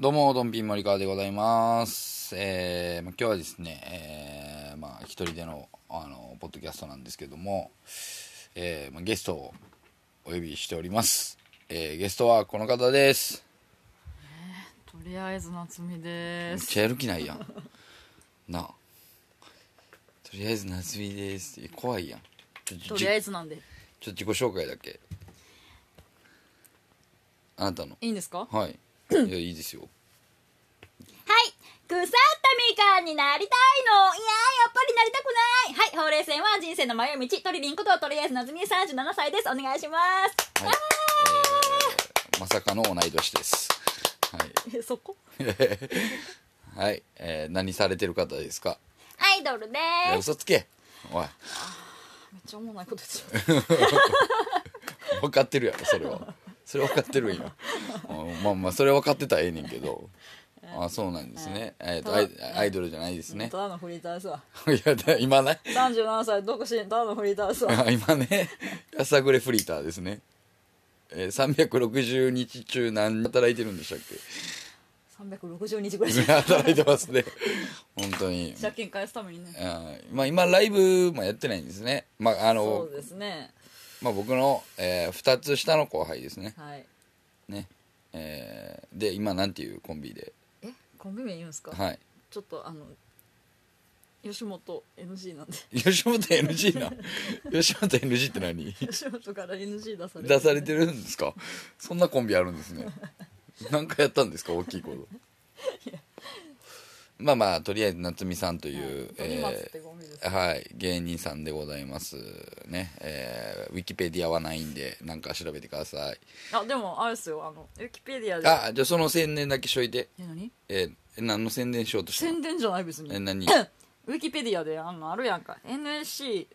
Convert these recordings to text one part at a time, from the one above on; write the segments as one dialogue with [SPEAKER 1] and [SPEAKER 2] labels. [SPEAKER 1] どうも、ドンピン森川でございます。えー、まあ今日はですね、えー、まあ、一人での、あの、ポッドキャストなんですけども、えー、まあ、ゲストをお呼びしております。えー、ゲストはこの方です。
[SPEAKER 2] とりあえず夏美
[SPEAKER 1] め
[SPEAKER 2] で
[SPEAKER 1] っ
[SPEAKER 2] す
[SPEAKER 1] ちゃやる気ないやん。なあとりあえず、夏美です。いや怖いやん。ちょち
[SPEAKER 2] と
[SPEAKER 1] ょ
[SPEAKER 2] りあえずなんで
[SPEAKER 1] ちょっと自己紹介だけ。あなたの。
[SPEAKER 2] いいんですか
[SPEAKER 1] はい。いや、いいですよ。
[SPEAKER 3] はい腐ったみかんになりたいのいやーやっぱりなりたくないはいほうれい線は人生の迷い道鳥りんこととりあえずなずみ37歳ですお願いします
[SPEAKER 1] はい、えーまさかの同い年です。は
[SPEAKER 2] えそこ
[SPEAKER 1] い、はい、えー何されてる方ですか。
[SPEAKER 3] アイドルで
[SPEAKER 1] いや
[SPEAKER 3] す
[SPEAKER 1] 嘘つけ。おい、
[SPEAKER 2] めっちゃおもんないこと ですよ
[SPEAKER 1] 分かってるやろ、それは。それ分かってるんや。うんまあまあ、それ分かってたらええねんけど。あ、そうなんですね。えっ、と、アイアイドルじゃないですね
[SPEAKER 2] た。だのフリーターですわ
[SPEAKER 1] いや、だ今ね。
[SPEAKER 2] 37歳独身ただのフリーターです わ
[SPEAKER 1] あ今ね、やさぐれフリーターですね。えー、360日中何働いてるんでしたっ
[SPEAKER 2] 360 日ぐらい
[SPEAKER 1] け働いてますね。本当に。
[SPEAKER 2] 借金返すためにね
[SPEAKER 1] あーまあ、今ライブもやってないんですね、まああ
[SPEAKER 2] そ
[SPEAKER 1] の
[SPEAKER 2] うですね
[SPEAKER 1] まあ、僕の、え2つ下の後輩ですね
[SPEAKER 2] はい
[SPEAKER 1] ね、えーで今なんていうコンビで
[SPEAKER 2] えコンビ名言うんですか
[SPEAKER 1] はい
[SPEAKER 2] ちょっとあの吉本 NG なんで
[SPEAKER 1] 吉本 NG な吉本 NG って何
[SPEAKER 2] 吉本から NG 出されて
[SPEAKER 1] 出されてるんですかそんなコンビあるんですね何かやったんですか大きいことまあまあとりあえず夏美さんという、
[SPEAKER 2] 鳥松っ
[SPEAKER 1] え
[SPEAKER 2] てコンビです
[SPEAKER 1] ーはい芸人さんでございますねえーウィキペディアはないんで何か調べてください
[SPEAKER 2] あでもあれですよあのウィキペディアで
[SPEAKER 1] あじゃあその宣伝だけしといて
[SPEAKER 2] え何
[SPEAKER 1] えー何の宣伝しようとしたの
[SPEAKER 2] 宣伝じゃない別に
[SPEAKER 1] え何
[SPEAKER 2] ウィキペディアであのあるやんか NSC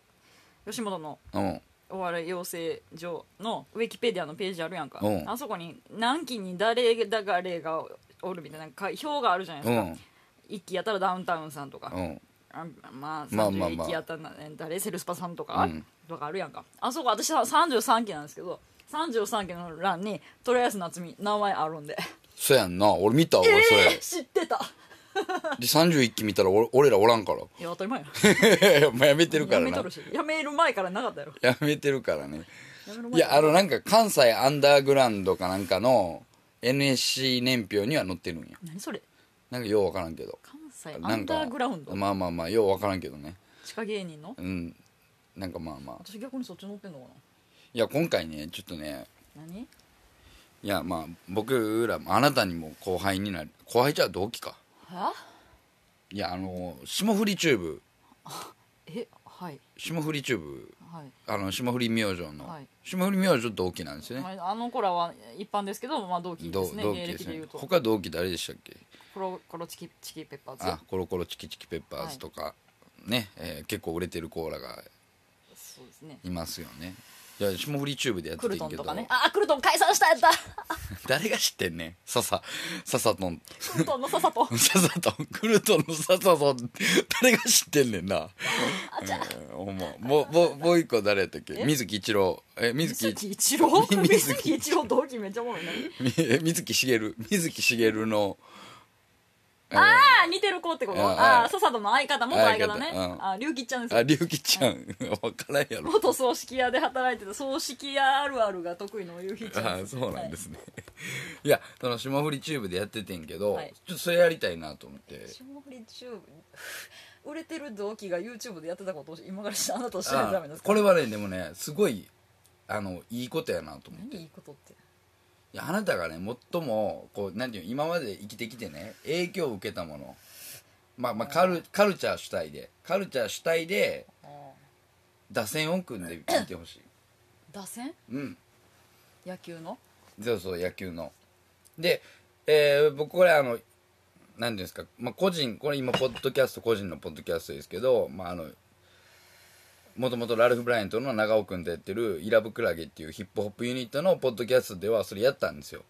[SPEAKER 2] 吉本の
[SPEAKER 1] うん
[SPEAKER 2] お笑い養成所のウィキペディアのページあるやんか、
[SPEAKER 1] うん
[SPEAKER 2] あそこに何期に誰が誰がおるみたいなか表があるじゃないで
[SPEAKER 1] う
[SPEAKER 2] すか、
[SPEAKER 1] ん
[SPEAKER 2] 一期やったらダウンタウンさんとか、
[SPEAKER 1] うん
[SPEAKER 2] あまあ
[SPEAKER 1] まあまあま
[SPEAKER 2] 31
[SPEAKER 1] あ
[SPEAKER 2] 期やったら、誰セルスパさんとか、
[SPEAKER 1] うん
[SPEAKER 2] とかあるやんかあそこ私は33期なんですけど33期の欄にとりあえず夏美名前あるんで
[SPEAKER 1] そやんな俺見たわ、それ
[SPEAKER 2] えー 知ってた
[SPEAKER 1] で31期見たら俺俺らおら んか
[SPEAKER 2] いや当たり前や
[SPEAKER 1] らもうやめてるか
[SPEAKER 2] や
[SPEAKER 1] ら
[SPEAKER 2] め
[SPEAKER 1] な
[SPEAKER 2] とるしやめる前からなかったやろ
[SPEAKER 1] やめてるからね
[SPEAKER 2] やめる
[SPEAKER 1] い
[SPEAKER 2] 前
[SPEAKER 1] やあのなんか関西アンダーグラウンドかなんかの NSC 年表には載ってるんや
[SPEAKER 2] 何それ
[SPEAKER 1] なんかようわからんけど
[SPEAKER 2] 関西ア
[SPEAKER 1] なん
[SPEAKER 2] ン
[SPEAKER 1] か
[SPEAKER 2] ダーグラウンド、
[SPEAKER 1] まあまあまあようわからんけどね
[SPEAKER 2] 地下芸人の
[SPEAKER 1] うんなんかまあまあ
[SPEAKER 2] 私逆にそっち乗ってんのか
[SPEAKER 1] いや今回ねちょっとね
[SPEAKER 2] な何
[SPEAKER 1] いやまあ僕らもあなたにも後輩になる後輩じゃ同期か
[SPEAKER 2] はい
[SPEAKER 1] やあの霜降りチューブ
[SPEAKER 2] えはい
[SPEAKER 1] 霜降りチューブ
[SPEAKER 2] はい
[SPEAKER 1] あの霜降り明星の、
[SPEAKER 2] はい
[SPEAKER 1] 霜降り明星同期なんですよね
[SPEAKER 2] まああの子らは一般ですけど、まあ、同期で
[SPEAKER 1] 同
[SPEAKER 2] すね
[SPEAKER 1] 同期
[SPEAKER 2] 芸
[SPEAKER 1] です
[SPEAKER 2] 歴でい
[SPEAKER 1] ね
[SPEAKER 2] うとコ
[SPEAKER 1] 他同期誰でしたっけ
[SPEAKER 2] ロコロチキチキペッパーズ
[SPEAKER 1] あコロコロチキチキペッパーズとか、ね、えー結構売れてるコーラが
[SPEAKER 2] そうですね
[SPEAKER 1] いますよねいや霜降りチューブでやってて
[SPEAKER 2] クル
[SPEAKER 1] ん
[SPEAKER 2] トン
[SPEAKER 1] け
[SPEAKER 2] と
[SPEAKER 1] ど、
[SPEAKER 2] かねあクルトン解散したやった
[SPEAKER 1] 誰が知ってんねん笹笹とん
[SPEAKER 2] クルトンのささと
[SPEAKER 1] ササトン、クルトンのササトン、誰が知ってんねんな。うんほんま。もう、もう、もう一個誰やったっけ水木一郎。え、水
[SPEAKER 2] 水
[SPEAKER 1] 木、
[SPEAKER 2] 木一郎
[SPEAKER 1] 水木
[SPEAKER 2] 水木一郎同期めっちゃおもろいな
[SPEAKER 1] みえ水木しげる。水木しげるの、えー
[SPEAKER 2] ああ似てる子ってこと
[SPEAKER 1] ああ
[SPEAKER 2] ああささとの相方元相方ね
[SPEAKER 1] 相方うん
[SPEAKER 2] あ龍吉ちゃんです
[SPEAKER 1] あ、
[SPEAKER 2] よ
[SPEAKER 1] りゅうきちゃん。わからんやろ。
[SPEAKER 2] 元葬式屋で働いてた葬式屋あるあるが得意の龍吉ちゃ
[SPEAKER 1] あ
[SPEAKER 2] ん
[SPEAKER 1] そうなんですすね。いや、その霜降りチューブでやっててんけど、
[SPEAKER 2] はい
[SPEAKER 1] ちょっとそれやりたいなと思って。
[SPEAKER 2] 霜降りチューブ売れてる同期が YouTube でやってたことを今からしあなたは知らないとダメなんです
[SPEAKER 1] あ
[SPEAKER 2] か
[SPEAKER 1] これはね、でもね、すごい、あの、いいことやなと思って。
[SPEAKER 2] 何いいことって
[SPEAKER 1] いやあなたがね最もこうなんていうの今まで生きてきてね影響を受けたものまあまあカルカルチャー主体でカルチャー主体で打線を組んでみてほしい
[SPEAKER 2] 打線
[SPEAKER 1] うん
[SPEAKER 2] 野球の
[SPEAKER 1] そうそう野球ので、えー僕これあの何ていうんですか、まあ、個人これ今ポッドキャスト個人のポッドキャストですけどまああのもともとラルフ・ブライアントの長尾君とやってるイラブクラゲっていうヒップホップユニットのポッドキャストではそれやったんですよ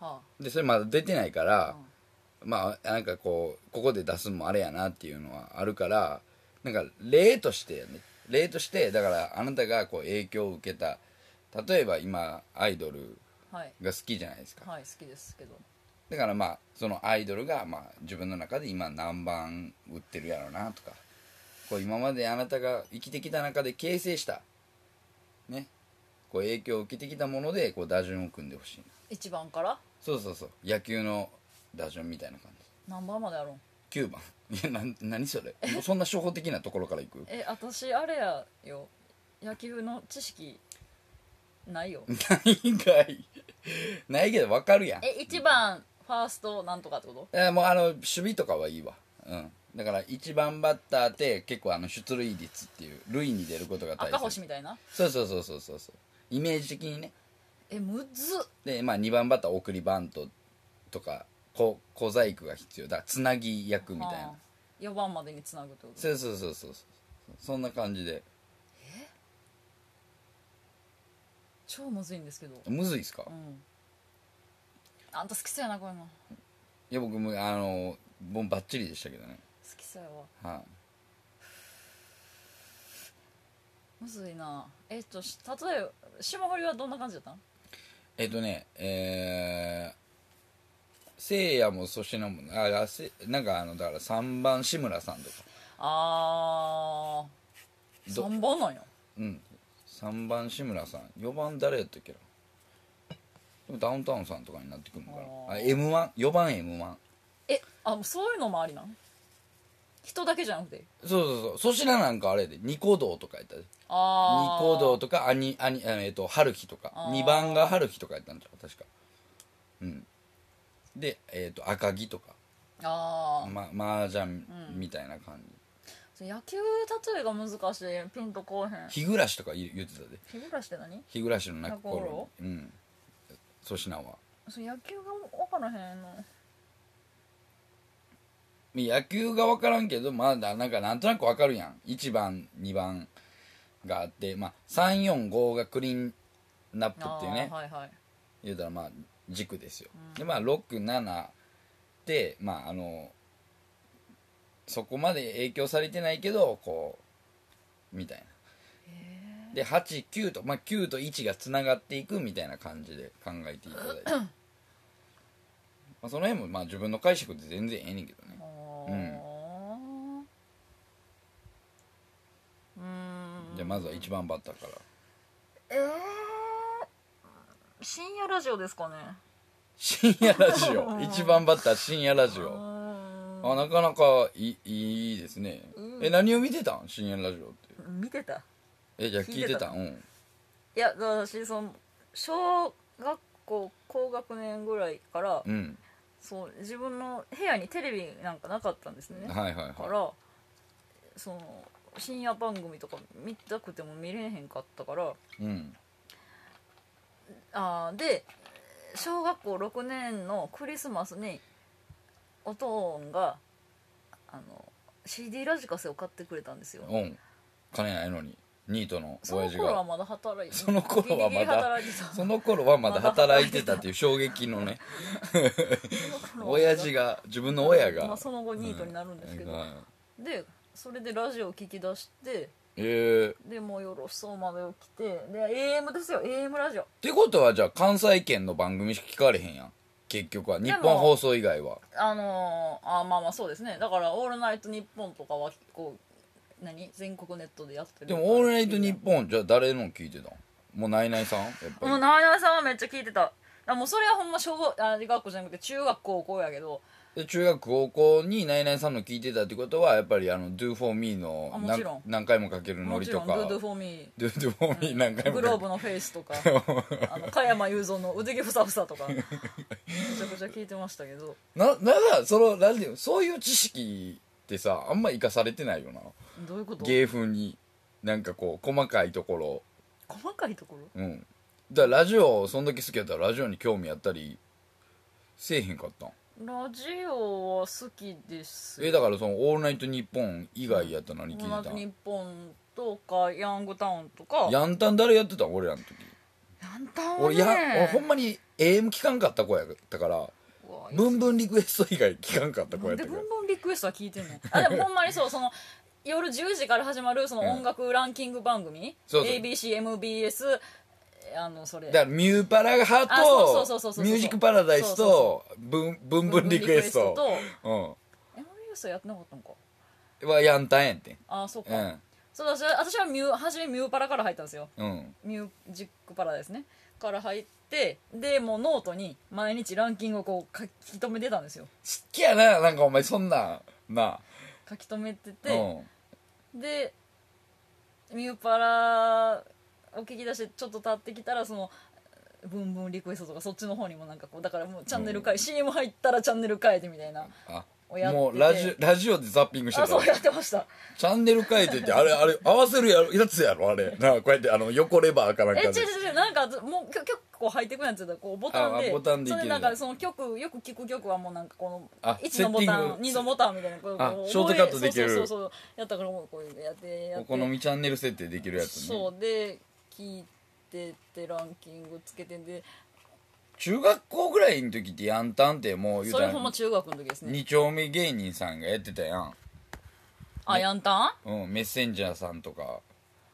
[SPEAKER 2] は
[SPEAKER 1] でそれまだ出てないから、まあなんかこうここで出すのもあれやなっていうのはあるからなんか例としてやね例としてだからあなたがこう影響を受けた例えば今アイドル
[SPEAKER 2] あはい
[SPEAKER 1] が好きじゃないですか、
[SPEAKER 2] はい好きですけど
[SPEAKER 1] だからまあそのアイドルがまあ自分の中で今何番売ってるやろうなとかこう今まであなたが生きてきた中で形成したねこう影響を受けてきたものでこう打順を組んでほしいな
[SPEAKER 2] 一番から
[SPEAKER 1] そうそうそう野球の打順みたいな感
[SPEAKER 2] 何番までやろう
[SPEAKER 1] じ9番いやなん何それもうそんな初歩的なところからいく
[SPEAKER 2] え私あれやよ野球の知識ないよ
[SPEAKER 1] ないんかいないけどわかるやん
[SPEAKER 2] え一番ファーストなんとかってこと
[SPEAKER 1] えもうあの守備とかはいいわうんだから1番バッターって結構あの出塁率っていう塁に出ることが大
[SPEAKER 2] 赤星
[SPEAKER 1] 切
[SPEAKER 2] みたいな
[SPEAKER 1] そうそうそうそうそうそうイメージ的にね
[SPEAKER 2] えむずっ
[SPEAKER 1] で、まあ、2番バッター送りバントとか小小細工が必要だからつなぎ役みたいな
[SPEAKER 2] あー4番までにつなぐってこと
[SPEAKER 1] そうそうそうそうそうそんな感じで
[SPEAKER 2] 超むずいんですけど
[SPEAKER 1] むずいっすか
[SPEAKER 2] うんあんた好きそうやなこういうの好
[SPEAKER 1] いや僕もあのもうバッチリでしたけどね
[SPEAKER 2] きそうやわ
[SPEAKER 1] は
[SPEAKER 2] むずいなえっとし例えば霜降りはどんな感じだったん
[SPEAKER 1] いえっ、とねえー、せいやも粗品もああせなんかあのだから3番志村さんとか
[SPEAKER 2] あー
[SPEAKER 1] ど
[SPEAKER 2] 3番なんや
[SPEAKER 1] うん3番志村さん4番誰やったっけなでもダウンタウンさんとかになってくるのかな
[SPEAKER 2] あ
[SPEAKER 1] あ
[SPEAKER 2] ー
[SPEAKER 1] m 1 4番 m 1
[SPEAKER 2] えあもうそういうのもありなん人だけじゃなくて
[SPEAKER 1] そうそうそう粗品なんかあれでニコ動とかやったでニ
[SPEAKER 2] ああ
[SPEAKER 1] コ動とかアニアニあのえっと春日とか
[SPEAKER 2] あー
[SPEAKER 1] 2番が春日とかやったんちゃう確かうんでえっ、と赤城とか
[SPEAKER 2] ああ、
[SPEAKER 1] ま麻雀みたいな感じ、
[SPEAKER 2] そう野球例えが難しいピンとこうへん
[SPEAKER 1] 日暮らしとか言言ってたで
[SPEAKER 2] 日暮らしって何
[SPEAKER 1] 日暮らしの泣く
[SPEAKER 2] 泣
[SPEAKER 1] 頃
[SPEAKER 2] く頃
[SPEAKER 1] うん粗品は
[SPEAKER 2] そう野球が分からへんの
[SPEAKER 1] 野球が分からんけどまだなんかなんとなく分かるやん1番2番があって、まあ、345がクリーンナップっていうね、
[SPEAKER 2] あーはいはい
[SPEAKER 1] 言うたらまあ軸ですよ、でまあ67でまああのそこまで影響されてないけどこうみたいな、で89と、まあ、9と1がつながっていくみたいな感じで考えていただいてま あその辺もまあ自分の解釈で全然ええねんけどね
[SPEAKER 2] あーうーん
[SPEAKER 1] じゃあまずは1番バッターから
[SPEAKER 2] えー、深夜ラジオですかね
[SPEAKER 1] 深夜ラジオ1番バッター深夜ラジ
[SPEAKER 2] うー
[SPEAKER 1] オ
[SPEAKER 2] ん
[SPEAKER 1] あなかなかいいいいですね、
[SPEAKER 2] うん
[SPEAKER 1] え何を見てたん深夜ラジオって
[SPEAKER 2] 見てた
[SPEAKER 1] えじゃあ聞いてたうん
[SPEAKER 2] いやだから私その小学校高学年ぐらいから、
[SPEAKER 1] うん
[SPEAKER 2] そう自分の部屋にテレビなんかなかったんですね
[SPEAKER 1] はいはい
[SPEAKER 2] か
[SPEAKER 1] は
[SPEAKER 2] らその深夜番組とか見たくても見れへんかったから
[SPEAKER 1] いうん
[SPEAKER 2] あーで小学校6年のクリスマスにおとんがあの CD ラジカセを買ってくれたんですよ
[SPEAKER 1] うん金ないのにニートの
[SPEAKER 2] そ
[SPEAKER 1] 親
[SPEAKER 2] の
[SPEAKER 1] 父
[SPEAKER 2] 頃は
[SPEAKER 1] が
[SPEAKER 2] まだ働いて
[SPEAKER 1] その頃はまだ
[SPEAKER 2] ギリギリ働いてた
[SPEAKER 1] その頃はまだ
[SPEAKER 2] まだ働
[SPEAKER 1] 働い
[SPEAKER 2] い
[SPEAKER 1] て
[SPEAKER 2] て
[SPEAKER 1] た
[SPEAKER 2] た
[SPEAKER 1] っていう衝撃のね
[SPEAKER 2] その頃は
[SPEAKER 1] 親父が自分の親が
[SPEAKER 2] まあ、その後ニートになるんですけど、
[SPEAKER 1] はい
[SPEAKER 2] でそれでラジオを聞き出して
[SPEAKER 1] えー、っ
[SPEAKER 2] でもうよろしそうまで起きてで AM ですよ AM ラジオ
[SPEAKER 1] てことはじゃあ関西圏の番組しか聞かれへんやん結局は日
[SPEAKER 2] も
[SPEAKER 1] 本放送以外は
[SPEAKER 2] あのーあまあまあそうですねだから「オールナイトニッポン」とかはこう何全国ネットでやってる
[SPEAKER 1] でも「オールナイトニッポン」じゃあ誰の聞いてたんもうナイナイさんやっぱり
[SPEAKER 2] もうなあなあさんはめっちゃ聞いてたあもうそれはほんま小学あ学校じゃなくて中学高校やけど
[SPEAKER 1] で中学高校にナイナイさんの聞いてたってことはやっぱりあの「Do for Me」の
[SPEAKER 2] あもちろ
[SPEAKER 1] 何
[SPEAKER 2] ん
[SPEAKER 1] 何回もかけるノ
[SPEAKER 2] も
[SPEAKER 1] リ
[SPEAKER 2] ち
[SPEAKER 1] と
[SPEAKER 2] ろん「
[SPEAKER 1] か Do
[SPEAKER 2] Do Do For Me
[SPEAKER 1] for Me」何」回も
[SPEAKER 2] グロ
[SPEAKER 1] かけ
[SPEAKER 2] ーブのフェイスとかあの加山雄三の腕毛ふさふさとかめちゃくちゃ聞いてましたけど
[SPEAKER 1] ななんかそのなんていうのそういう知識ってさあんま生かされてないよな
[SPEAKER 2] どういうこと
[SPEAKER 1] 芸風になんかこう細かいとこ
[SPEAKER 2] 細かいところ
[SPEAKER 1] ろうんだからラジオそんだけ好きやったらラジオに興味あったりせえへんかったん
[SPEAKER 2] ラジオは好きです
[SPEAKER 1] えだからその「オールナイトニッポン」以外やったら何聞いてた
[SPEAKER 2] 日
[SPEAKER 1] ん
[SPEAKER 2] 本とかヤングタウンとか
[SPEAKER 1] ヤンタン誰やってたん俺らの時
[SPEAKER 2] ヤンタンは
[SPEAKER 1] 俺
[SPEAKER 2] ね
[SPEAKER 1] や俺ほんまに AM 聞かんかった子やったから
[SPEAKER 2] うわ
[SPEAKER 1] ブンブンリクエスト以外聞かんかった子
[SPEAKER 2] な
[SPEAKER 1] や
[SPEAKER 2] ん
[SPEAKER 1] っ
[SPEAKER 2] で
[SPEAKER 1] たか
[SPEAKER 2] ブ
[SPEAKER 1] ら
[SPEAKER 2] ンブンリクエストは聞いてんの あでもほんまにそうその夜10時から始まるその音楽ランキング番組、
[SPEAKER 1] そうそう
[SPEAKER 2] ABCMBS あのそれ
[SPEAKER 1] だからミューパラ派
[SPEAKER 2] あそうそうそう
[SPEAKER 1] と
[SPEAKER 2] そうそう
[SPEAKER 1] ミュージックパラダイスと
[SPEAKER 2] そ
[SPEAKER 1] ブンブンブンリクエスト
[SPEAKER 2] と
[SPEAKER 1] うん
[SPEAKER 2] エムリストやってなかったのか
[SPEAKER 1] はやんたんやって
[SPEAKER 2] あそう
[SPEAKER 1] う
[SPEAKER 2] か、
[SPEAKER 1] ん
[SPEAKER 2] そうだ私は私はミュー初めミューパラから入ったんですよ
[SPEAKER 1] うん
[SPEAKER 2] ミュージックパラですねから入ってでもうノートに毎日ランキングをこう書き留めてたんですよ
[SPEAKER 1] 好きやななんかお前そんなんな
[SPEAKER 2] 書き留めて
[SPEAKER 1] う
[SPEAKER 2] て、でミューパラを聞き出してちょっと経ってきたらそのブンブンリクエストとかそっちの方にもなんかこうだからもうチャンネル変え、CM 入ったらチャンネル変えてみたいな
[SPEAKER 1] あ
[SPEAKER 2] をやってて
[SPEAKER 1] もうラジラジオでザッピングして
[SPEAKER 2] あ
[SPEAKER 1] た
[SPEAKER 2] そうやってました
[SPEAKER 1] チャンネル変えといてあれあれ合わせるやろやつやろあれなこうやってあの横レバーかなん
[SPEAKER 2] え違
[SPEAKER 1] か
[SPEAKER 2] う
[SPEAKER 1] で
[SPEAKER 2] 違う違うなんかもうきょ曲こう入ってくるやつだこうボタン
[SPEAKER 1] あ
[SPEAKER 2] で
[SPEAKER 1] あボタンでいけ
[SPEAKER 2] そ
[SPEAKER 1] る
[SPEAKER 2] れでなんかその曲よく聞く曲はもうなんかこの
[SPEAKER 1] あ
[SPEAKER 2] 1のボタ
[SPEAKER 1] セッティン
[SPEAKER 2] ン
[SPEAKER 1] グ
[SPEAKER 2] 2のボタンみたいなこう
[SPEAKER 1] あ
[SPEAKER 2] こう
[SPEAKER 1] ショートカットできる
[SPEAKER 2] そうそうそうそうやったからもうこうやってやって
[SPEAKER 1] お好みチャンネル設定できるやつね
[SPEAKER 2] そうで聞いてってランキングつけてんで
[SPEAKER 1] 中学校ぐらいの時ってやんたんってもう言う
[SPEAKER 2] そ
[SPEAKER 1] た
[SPEAKER 2] れ
[SPEAKER 1] ら
[SPEAKER 2] ほんま中学の時ですね
[SPEAKER 1] 二丁目芸人さんがやってたやん
[SPEAKER 2] あやんたん
[SPEAKER 1] うん、メッセンジャーさんとか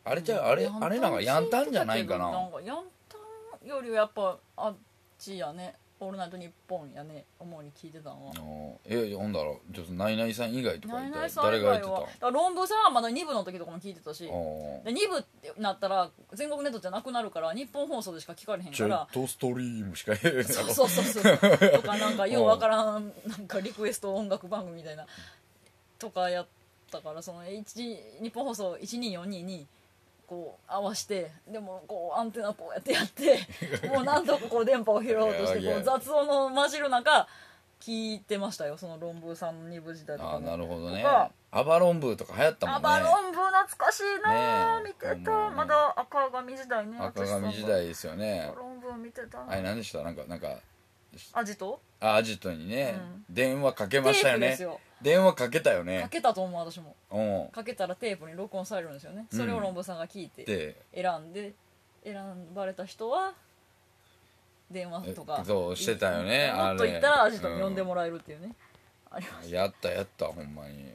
[SPEAKER 1] あれじゃあれあれなんかやんたんじゃないんか
[SPEAKER 2] な
[SPEAKER 1] なん
[SPEAKER 2] かやんたんよりはやっぱあっちやね「オールナイトニッポン」やね主に聞いてたのは
[SPEAKER 1] おーえほんだらちょっとナイナイさん以外とか
[SPEAKER 2] ナ
[SPEAKER 1] い
[SPEAKER 2] イ
[SPEAKER 1] た
[SPEAKER 2] ナ
[SPEAKER 1] ら
[SPEAKER 2] イさん
[SPEAKER 1] 誰
[SPEAKER 2] 以
[SPEAKER 1] がやっ
[SPEAKER 2] 外
[SPEAKER 1] て
[SPEAKER 2] はだから論文さんはまだ2部の時とかも聞いてたした
[SPEAKER 1] おー
[SPEAKER 2] で2部ってなったら全国ネットじゃなくなるから日本放送でしか聞かれへん
[SPEAKER 1] ジ
[SPEAKER 2] か
[SPEAKER 1] ェ
[SPEAKER 2] ら
[SPEAKER 1] ットストリームしか言えへんや
[SPEAKER 2] そう
[SPEAKER 1] ろ
[SPEAKER 2] そうそうそうとかなんかようわからんなんかリクエスト音楽番組みたいなとかやったからその1日本放送1242にこう合わしてでもこうアンテナこうやって やってもうなんとかこう電波を拾おうとして
[SPEAKER 1] いやい
[SPEAKER 2] こ
[SPEAKER 1] や
[SPEAKER 2] う雑音の混じる中聞いてましたよその論文さんの2部時代とか
[SPEAKER 1] あ
[SPEAKER 2] も
[SPEAKER 1] あなるほどね
[SPEAKER 2] とか
[SPEAKER 1] アバロンブーとか流行ったもん
[SPEAKER 2] ア
[SPEAKER 1] ね
[SPEAKER 2] バロン部懐かしいなあ、
[SPEAKER 1] ねえ
[SPEAKER 2] 見てた、
[SPEAKER 1] もうね
[SPEAKER 2] まだ赤髪時代ね
[SPEAKER 1] 赤髪時代ですよ
[SPEAKER 2] ア
[SPEAKER 1] ね
[SPEAKER 2] バロン部見てた
[SPEAKER 1] あれ何でしたなんかなんか
[SPEAKER 2] アジト
[SPEAKER 1] あアジトにね、
[SPEAKER 2] う
[SPEAKER 1] 電話かけましたよ
[SPEAKER 2] テープで
[SPEAKER 1] ね
[SPEAKER 2] すよ
[SPEAKER 1] 電話かけたよ
[SPEAKER 2] か
[SPEAKER 1] ね
[SPEAKER 2] けたと思う私も
[SPEAKER 1] うん
[SPEAKER 2] かけたらテープに録音されるんですよねそれをロンボさんが聞いて
[SPEAKER 1] で
[SPEAKER 2] 選んで選ばれた人は電話とか
[SPEAKER 1] えそうしてたよねあれ
[SPEAKER 2] もっと言ったらアジトに呼んでもらえるっていうね、あれ
[SPEAKER 1] やったやったほんまに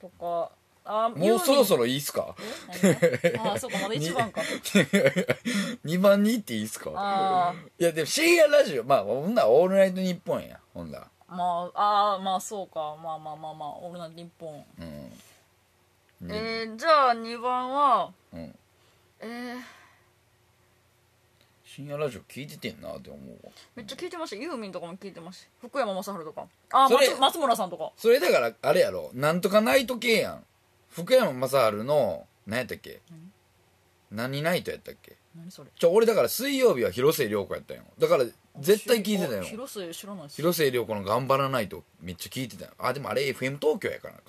[SPEAKER 2] とかあ
[SPEAKER 1] もうそろそ
[SPEAKER 2] ろ
[SPEAKER 1] ろいいっすか
[SPEAKER 2] あそうかまだ一番か
[SPEAKER 1] 2番に行っていいっすか
[SPEAKER 2] あ
[SPEAKER 1] いやでも深夜ラジオまあほんならオールナイトニッポンやほんなら
[SPEAKER 2] あまああーまあそうかまあまあまあまあオールナイトニッポン、
[SPEAKER 1] うん
[SPEAKER 2] えー、じゃあ2番は
[SPEAKER 1] うん
[SPEAKER 2] えー、
[SPEAKER 1] 深夜ラジオ聞いててんなって思うわ
[SPEAKER 2] めっちゃ聞いてましたユーミンとかも聞いてました福山雅治とかあー
[SPEAKER 1] それ
[SPEAKER 2] 松松村さんとか
[SPEAKER 1] それだからあれやろなんとかナイト系やん福山雅治の何やったっけ何ナイトやったっけ
[SPEAKER 2] 何それ
[SPEAKER 1] ちょ俺だから水曜日は広末涼子やったんよだから絶対聞いてた
[SPEAKER 2] あ
[SPEAKER 1] よ
[SPEAKER 2] 広末知らないです
[SPEAKER 1] 広末涼子の「頑張らないと」めっちゃ聞いてたよあでもあれ FM 東京やからか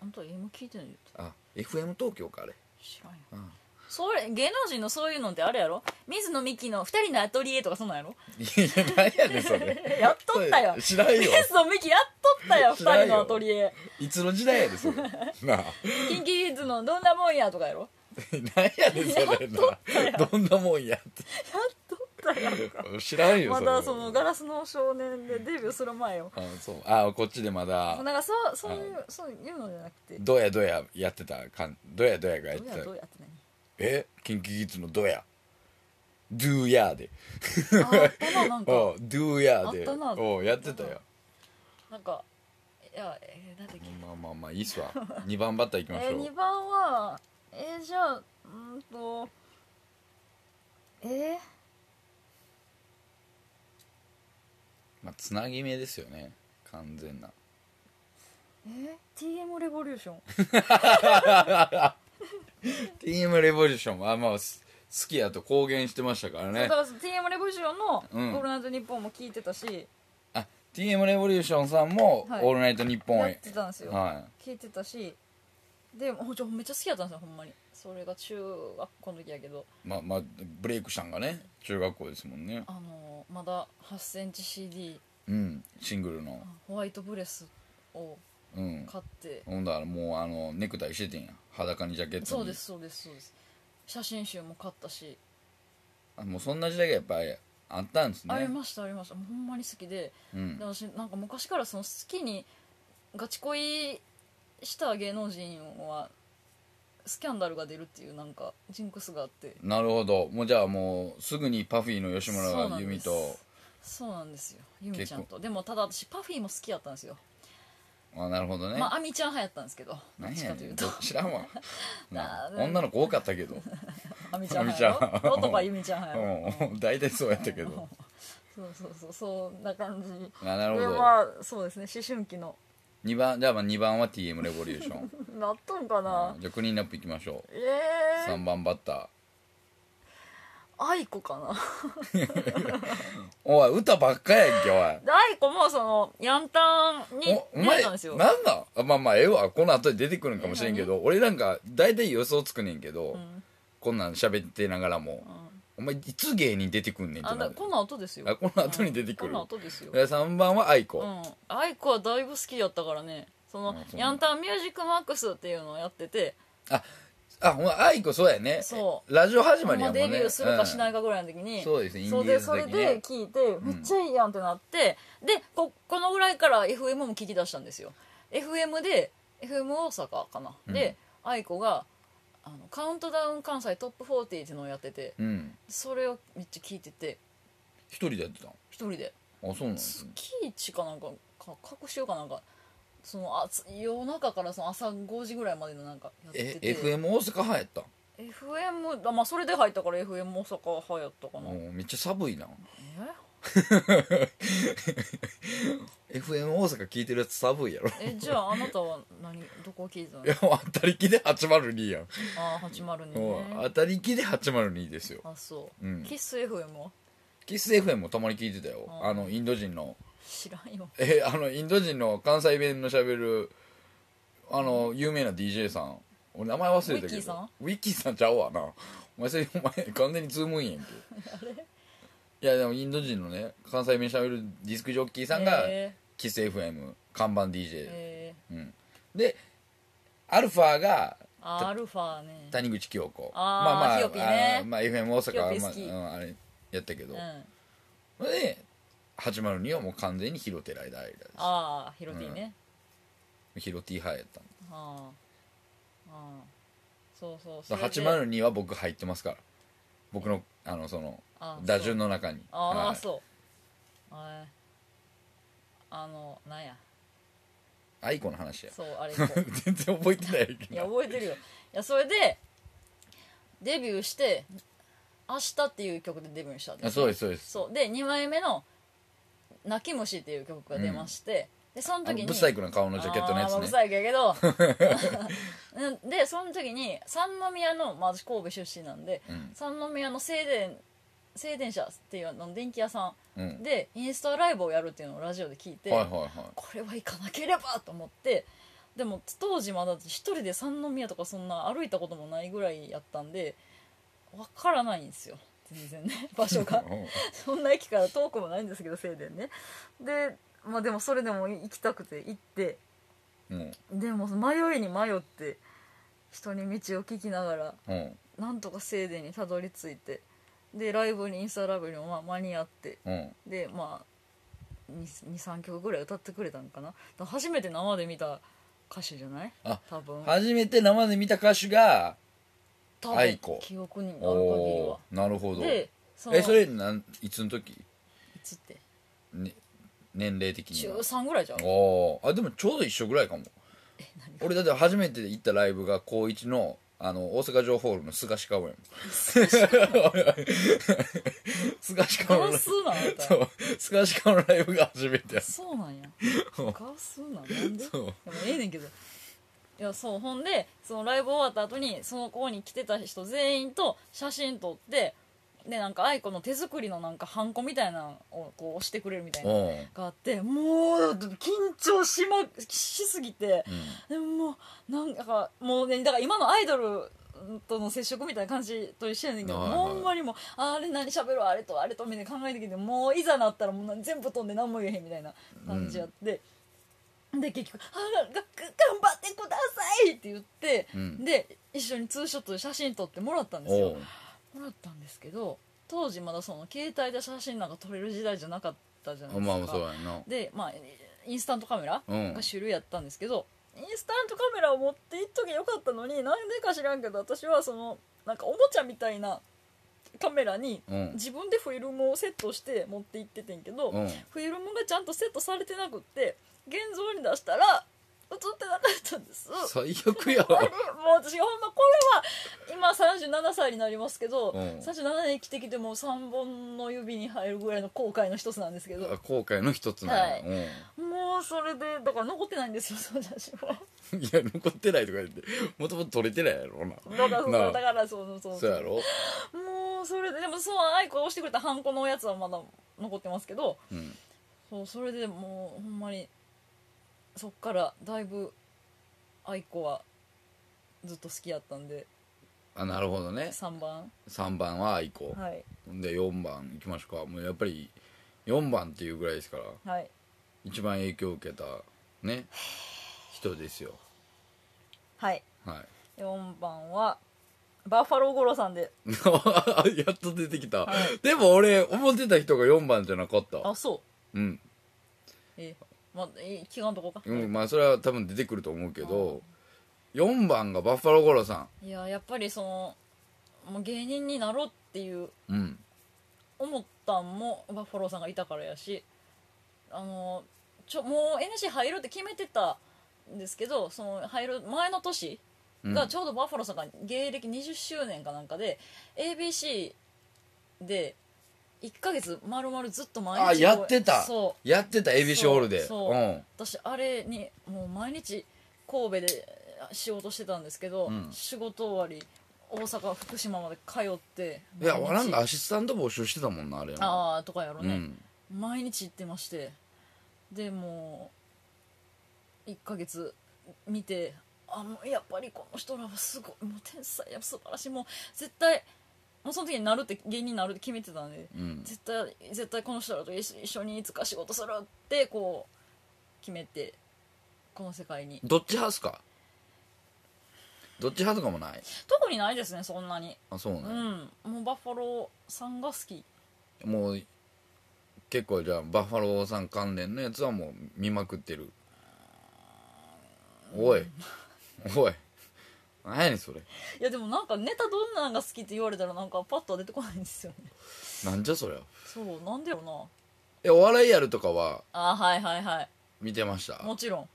[SPEAKER 2] あんた今聞いてないよ
[SPEAKER 1] あ FM 東京かあれ
[SPEAKER 2] 知らんよ、それ芸能人のそういうのってあれやろ水野美紀の二人のアトリエとかそんなんやろ
[SPEAKER 1] いや何やねんそれ
[SPEAKER 2] やっとっ たよ
[SPEAKER 1] 知らんよ
[SPEAKER 2] 水野美紀やっとったよ
[SPEAKER 1] 知らんよ
[SPEAKER 2] 二人のアトリエ
[SPEAKER 1] いつの時代やでそれなあ
[SPEAKER 2] キンキキッズのどんなもんやとかやろ
[SPEAKER 1] 何やねんそれなどんなもんやっ
[SPEAKER 2] やっとったよ
[SPEAKER 1] て知らんよ
[SPEAKER 2] ま
[SPEAKER 1] それ
[SPEAKER 2] だそのガラスの少年でデビューする前よ
[SPEAKER 1] あそうあこっちでま
[SPEAKER 2] な
[SPEAKER 1] だ
[SPEAKER 2] んかそうそういうそういうのじゃなくて
[SPEAKER 1] どやどややってたかんどやどやがやっ
[SPEAKER 2] ど
[SPEAKER 1] て
[SPEAKER 2] うやどう
[SPEAKER 1] た
[SPEAKER 2] やって
[SPEAKER 1] えキンキキッズのどやドゥーヤーで
[SPEAKER 2] 何ああったななん か
[SPEAKER 1] おうドゥーヤー
[SPEAKER 2] あっ
[SPEAKER 1] で
[SPEAKER 2] たな
[SPEAKER 1] おうやってたよ
[SPEAKER 2] なんかいやえー、なんだっけ
[SPEAKER 1] まあまあまあいいっすわ2番バッターいきまし
[SPEAKER 2] え
[SPEAKER 1] ょ
[SPEAKER 2] ー、
[SPEAKER 1] う
[SPEAKER 2] 2番はえー、じゃあうーんとえー、
[SPEAKER 1] まあつなぎ目ですよね完全な
[SPEAKER 2] えー、TM レボリューション
[SPEAKER 1] TM レボリューションはまあす好きやと公言してましたから
[SPEAKER 2] そうだ
[SPEAKER 1] ね
[SPEAKER 2] からその TM レボリューションの「
[SPEAKER 1] うん
[SPEAKER 2] オールナイトニッポン」も聞いてたし、
[SPEAKER 1] あ TM レボリューションさんも「
[SPEAKER 2] はい
[SPEAKER 1] オールナイトニッポン」
[SPEAKER 2] やってたんですよ、
[SPEAKER 1] は
[SPEAKER 2] 聞いてたしでもうちょめっちゃ好きだったんですよほんまにそれが中学校の時やけど
[SPEAKER 1] いまあまあブレイクしたんがね中学校ですもんね
[SPEAKER 2] あのーまだ 8cmCD
[SPEAKER 1] うんシングルの
[SPEAKER 2] ホワイトブレスを
[SPEAKER 1] うん
[SPEAKER 2] 買って、
[SPEAKER 1] ほんだらもうあのネクタイしててんや裸にジャケットに
[SPEAKER 2] そうですそうですそうです写真集も買ったし
[SPEAKER 1] あもうそんな時代がやっぱりあったんですね
[SPEAKER 2] ありましたありましたもうほんまに好きで
[SPEAKER 1] うん
[SPEAKER 2] で私なんか昔からその好きにガチ恋した芸能人はスキャンダルが出るっていうなんかジンクスがあって
[SPEAKER 1] なるほどもうじゃあもうすぐにパフィーの吉
[SPEAKER 2] そう
[SPEAKER 1] 村
[SPEAKER 2] なん
[SPEAKER 1] 由
[SPEAKER 2] で
[SPEAKER 1] 美
[SPEAKER 2] す
[SPEAKER 1] と
[SPEAKER 2] そうなんですよユミちゃんとでもただ私パフィーも好きやったんですよ
[SPEAKER 1] あなるほどね、
[SPEAKER 2] まあアミちゃん派やったんですけどどっ
[SPEAKER 1] 何
[SPEAKER 2] ち
[SPEAKER 1] や
[SPEAKER 2] かと
[SPEAKER 1] ね
[SPEAKER 2] いうんと
[SPEAKER 1] どっちらん わな
[SPEAKER 2] な
[SPEAKER 1] あ女の子多かったけ ど
[SPEAKER 2] アミちゃん
[SPEAKER 1] アミ
[SPEAKER 2] 派
[SPEAKER 1] ちゃん
[SPEAKER 2] やろ 男はユミちゃん派やろ
[SPEAKER 1] うん大体そうやったけど
[SPEAKER 2] そうそうそうそんな感じ
[SPEAKER 1] あなる
[SPEAKER 2] こ
[SPEAKER 1] ほ
[SPEAKER 2] れ
[SPEAKER 1] ど
[SPEAKER 2] はそうですね思春期 の
[SPEAKER 1] 2番じゃあまあ2番は TM レボリューションうん
[SPEAKER 2] なっとんかな、
[SPEAKER 1] じゃあクリーンアップいきましょ
[SPEAKER 2] え
[SPEAKER 1] う
[SPEAKER 2] えー、
[SPEAKER 1] 3番バッタ
[SPEAKER 2] 愛子かな
[SPEAKER 1] ーおい歌ばっかやんけおい
[SPEAKER 2] で愛子もそのヤンタンに
[SPEAKER 1] お
[SPEAKER 2] 出会ったんですよ
[SPEAKER 1] なんなんあまあまあええわこの後で出てくるんかもしれんけど俺なんか大体予想つくねんけど、
[SPEAKER 2] ん
[SPEAKER 1] こんなん喋ってながらも、お前いつ芸人出てくんねんっ
[SPEAKER 2] あ
[SPEAKER 1] てな
[SPEAKER 2] だ
[SPEAKER 1] る
[SPEAKER 2] この後ですよ
[SPEAKER 1] あこの後に出てくる
[SPEAKER 2] うんこの後ですよ
[SPEAKER 1] で3番は愛子、
[SPEAKER 2] うん愛子はだいぶ好きやったからねその
[SPEAKER 1] あそう
[SPEAKER 2] ヤンタンミュージックマックスっていうのをやってて
[SPEAKER 1] あほんま愛子そうやね
[SPEAKER 2] そ
[SPEAKER 1] ラジオ始まり
[SPEAKER 2] ま
[SPEAKER 1] や
[SPEAKER 2] あ
[SPEAKER 1] もんね、
[SPEAKER 2] デビューするかしないいかぐらいの時に、
[SPEAKER 1] うんそうですねインデ
[SPEAKER 2] そ
[SPEAKER 1] ィ
[SPEAKER 2] うで
[SPEAKER 1] ーズ
[SPEAKER 2] それ
[SPEAKER 1] 的に、ね
[SPEAKER 2] で、聞いてめっちゃいいやんってなって、でここのぐらいから FM も聞き出したんですよ FM で FM 大阪かな、で愛子があのカウントダウン関西トップ40っていうのをやってて
[SPEAKER 1] うん
[SPEAKER 2] それをめっちゃ聞いてて
[SPEAKER 1] 一人でやってたの
[SPEAKER 2] 一人で
[SPEAKER 1] あそうなんです
[SPEAKER 2] スキーチかなんかか隔週かなんかそのあつ夜中からその朝5時ぐらいまでのなんかやって
[SPEAKER 1] え
[SPEAKER 2] て
[SPEAKER 1] FM 大阪派やった
[SPEAKER 2] FM あまあそれで入ったから FM 大阪派やったかな、
[SPEAKER 1] もうめっちゃ寒いな
[SPEAKER 2] え
[SPEAKER 1] FM 大阪聞いてるやつ寒いやろ
[SPEAKER 2] えじゃああなたは何どこを聞いてたの
[SPEAKER 1] いやもう当たりきで802やん、
[SPEAKER 2] ああ802
[SPEAKER 1] もう当
[SPEAKER 2] ね
[SPEAKER 1] たりきで802ですよ
[SPEAKER 2] あそう、
[SPEAKER 1] うん
[SPEAKER 2] キッス FM は
[SPEAKER 1] キス FM もたまに聞いてたよ
[SPEAKER 2] あ
[SPEAKER 1] あのインド人の
[SPEAKER 2] 知らんよ
[SPEAKER 1] えあのインド人の関西弁のしゃべるあの有名な DJ さん俺名前忘れたけど
[SPEAKER 2] ウィッキーさん
[SPEAKER 1] ウィッキーさんちゃうわなお前それお前完全にズームイン やんけいやでもインド人のね関西弁しゃべるディスクジョッキーさんが
[SPEAKER 2] え
[SPEAKER 1] キス FM 看板 DJ
[SPEAKER 2] ー、え
[SPEAKER 1] うん、でアルファが
[SPEAKER 2] ー、あアルファね
[SPEAKER 1] 谷口京子
[SPEAKER 2] あー
[SPEAKER 1] まあまあ
[SPEAKER 2] ヒヨピね
[SPEAKER 1] あのまあ、FM 大阪は、
[SPEAKER 2] ヒ
[SPEAKER 1] ま
[SPEAKER 2] ヨ
[SPEAKER 1] あ
[SPEAKER 2] ピ好き
[SPEAKER 1] うんあれやったけど
[SPEAKER 2] う、んあ
[SPEAKER 1] で802はもう完全にヒロテライダーイラ
[SPEAKER 2] あヒロティね、
[SPEAKER 1] ですヒロティ派やったん
[SPEAKER 2] ああああそうそう
[SPEAKER 1] だから
[SPEAKER 2] それで
[SPEAKER 1] 802は僕入ってますから僕のあのその
[SPEAKER 2] あ
[SPEAKER 1] 打順の中に
[SPEAKER 2] ああ、
[SPEAKER 1] はい
[SPEAKER 2] そうあれあのなんや
[SPEAKER 1] 愛子の話や
[SPEAKER 2] そうあれこう
[SPEAKER 1] 全然覚えてないけ
[SPEAKER 2] いや
[SPEAKER 1] ど
[SPEAKER 2] 覚えてるよいやそれでデビューして「明日」っていう曲でデビューしたん
[SPEAKER 1] あそうですそうです
[SPEAKER 2] そうで2枚目の「泣き虫」っていう曲が出まして、でその
[SPEAKER 1] あの
[SPEAKER 2] 時に
[SPEAKER 1] ブサイクな顔のジャケットのや
[SPEAKER 2] あーま
[SPEAKER 1] つ
[SPEAKER 2] あブ
[SPEAKER 1] ね
[SPEAKER 2] サイクやけど うんでその時に三宮の、まあ、私神戸出身なんで、
[SPEAKER 1] うん
[SPEAKER 2] 三宮の静電静電車っていうあの電気屋さ
[SPEAKER 1] うん
[SPEAKER 2] んでインスタライブをやるっていうのをラジオで聞いて、
[SPEAKER 1] はいはいはい
[SPEAKER 2] これは行かなければと思ってでも当時まだ一人で三宮とかそんな歩いたこともないぐらいやったんでわからないんですよ全然 ね場所が
[SPEAKER 1] うん
[SPEAKER 2] そんな駅から遠くもないんですけど静電ねでまあでもそれでも行きたくて行って
[SPEAKER 1] うん
[SPEAKER 2] でも迷いに迷って人に道を聞きながら
[SPEAKER 1] うん
[SPEAKER 2] なんとか静電にたどり着いてでライブにインスタライブにもまあ間に合って
[SPEAKER 1] うん
[SPEAKER 2] でまあ23曲ぐらい歌ってくれたんかなだから初めて生で見た歌手じゃない
[SPEAKER 1] あ
[SPEAKER 2] 多分
[SPEAKER 1] 初めて生で見た歌手が
[SPEAKER 2] 多分
[SPEAKER 1] 愛子
[SPEAKER 2] 記憶にある限り
[SPEAKER 1] お
[SPEAKER 2] は
[SPEAKER 1] おーなるほど
[SPEAKER 2] でその
[SPEAKER 1] えそれなんいつの時、
[SPEAKER 2] いつって
[SPEAKER 1] ね、年齢的には
[SPEAKER 2] 13ぐらいじゃん
[SPEAKER 1] おーあでもちょうど一緒ぐらいかも俺だって初めて行ったライブが高一のあの大阪城ホールの菅氏 顔やもん菅氏顔
[SPEAKER 2] ガ
[SPEAKER 1] の
[SPEAKER 2] ラスなんあん
[SPEAKER 1] そ
[SPEAKER 2] た
[SPEAKER 1] う菅氏顔のライブが初めてやった
[SPEAKER 2] そうなんや
[SPEAKER 1] うん
[SPEAKER 2] ガラスなんなんでで
[SPEAKER 1] そう
[SPEAKER 2] もええねんけどいやそうほんでそのライブ終わった後にそのここに来てた人全員と写真撮ってでなんか愛子の手作りのなんかハンコみたいなのをこう押してくれるみたいな
[SPEAKER 1] うん
[SPEAKER 2] があってもう緊張し,、ま、しすぎて
[SPEAKER 1] う
[SPEAKER 2] でももうなんかもうねだから今のアイドルとの接触みたいな感じと一緒やねんけど、
[SPEAKER 1] はいはい
[SPEAKER 2] ほんまにもうあれ何喋ろうあれとあれとみたいな考えてきてもういざなったらもう全部飛んで何も言えへんみたいな感じやって、で結局「あがが頑張ってください!」って言って、
[SPEAKER 1] うん
[SPEAKER 2] で一緒にツーショットで写真撮ってもらったんです
[SPEAKER 1] お
[SPEAKER 2] よ
[SPEAKER 1] う
[SPEAKER 2] もらったんですけど当時まだその携帯で写真なんか撮れる時代じゃなかったじゃないですか
[SPEAKER 1] まあそうやな
[SPEAKER 2] でまあインスタントカメラ
[SPEAKER 1] うん
[SPEAKER 2] が主流やったんですけど、インスタントカメラを持って行っときゃよかったのになんでか知らんけど私はそのなんかおもちゃみたいなカメラに
[SPEAKER 1] うん
[SPEAKER 2] 自分でフィルムをセットして持って行っててんけど、
[SPEAKER 1] うん
[SPEAKER 2] フィルムがちゃんとセットされてなくって現像に出したら映ってなかったんです
[SPEAKER 1] 最悪や
[SPEAKER 2] あれもう私ほんまこれは今37歳になりますけど、
[SPEAKER 1] うん
[SPEAKER 2] 37年生きてきてもう3本の指に入るぐらいの後悔の一つなんですけど
[SPEAKER 1] 後悔の一つなの、
[SPEAKER 2] はい
[SPEAKER 1] うん、い
[SPEAKER 2] もうそれでだから残ってないんですよその写真は
[SPEAKER 1] や残ってないとか言ってもともと取れてないやろな
[SPEAKER 2] だからそ
[SPEAKER 1] な
[SPEAKER 2] の
[SPEAKER 1] あ
[SPEAKER 2] だからそうそうそう
[SPEAKER 1] そうやろ、
[SPEAKER 2] もうそれででもそう愛子が押してくれたハンコのやつはまだ残ってますけど
[SPEAKER 1] うん、
[SPEAKER 2] そうそれでもうほんまにそっからだいぶ愛子はずっと好きやったんで
[SPEAKER 1] あなるほどね
[SPEAKER 2] 3番
[SPEAKER 1] 3番は愛子、
[SPEAKER 2] はい
[SPEAKER 1] で4番いきましょうかもうやっぱり4番っていうぐらいですから
[SPEAKER 2] はい
[SPEAKER 1] 一番影響を受けたね人ですよ
[SPEAKER 2] はい
[SPEAKER 1] は
[SPEAKER 2] 4番はバッファロー五郎さんで
[SPEAKER 1] い やっと出てきた、
[SPEAKER 2] はい
[SPEAKER 1] でも俺思ってた人が4番じゃなかった
[SPEAKER 2] あそ
[SPEAKER 1] うん、
[SPEAKER 2] うえまあえ違うとこか、
[SPEAKER 1] うん、まあそれは多分出てくると思うけど4番がバッファローゴロさ
[SPEAKER 2] いややっぱりそのもう芸人になろうっていうん
[SPEAKER 1] うん
[SPEAKER 2] 思ったんもバッファローさんがいたからやしあのちょもう NC 入るって決めてたんですけどその入る前の年
[SPEAKER 1] うん
[SPEAKER 2] がちょうどバッファローさんが芸歴20周年かなんかで ABC で1ヶ月丸々ずっと毎日
[SPEAKER 1] あやってた
[SPEAKER 2] そう
[SPEAKER 1] やってた ABC ホールで
[SPEAKER 2] そう
[SPEAKER 1] うん
[SPEAKER 2] 私あれにもう毎日神戸で仕事してたんですけど、
[SPEAKER 1] うん
[SPEAKER 2] 仕事終わり大阪福島まで通って
[SPEAKER 1] いや
[SPEAKER 2] 毎日
[SPEAKER 1] なんかアシスタント募集してたもんなあれあ
[SPEAKER 2] ああとかやろ
[SPEAKER 1] う
[SPEAKER 2] ね、
[SPEAKER 1] ん
[SPEAKER 2] 毎日行ってましてでもう1ヶ月見てあもうやっぱりこの人らはすごいもう天才や素晴らしいもう絶対もうその時になるって芸人になるって決めてたんで
[SPEAKER 1] うん
[SPEAKER 2] 絶対絶対この人らと一緒一緒にいつか仕事するってこう決めてこの世界に
[SPEAKER 1] どっち派っすかどっち派とかもない
[SPEAKER 2] 特にないですねそんなに
[SPEAKER 1] あそうね
[SPEAKER 2] うん、もうバッファローさんが好き
[SPEAKER 1] もう結構じゃあバッファローさん関連のやつはもう見まくってるおいおい何やねんそれ
[SPEAKER 2] いやでもなんかネタどんなんが好きって言われたらなんかパッとは出てこないんですよね
[SPEAKER 1] なんじゃそりゃ
[SPEAKER 2] そうなんでやろな
[SPEAKER 1] えお笑いやるとかは
[SPEAKER 2] あはいはいはい
[SPEAKER 1] 見てました
[SPEAKER 2] もちろ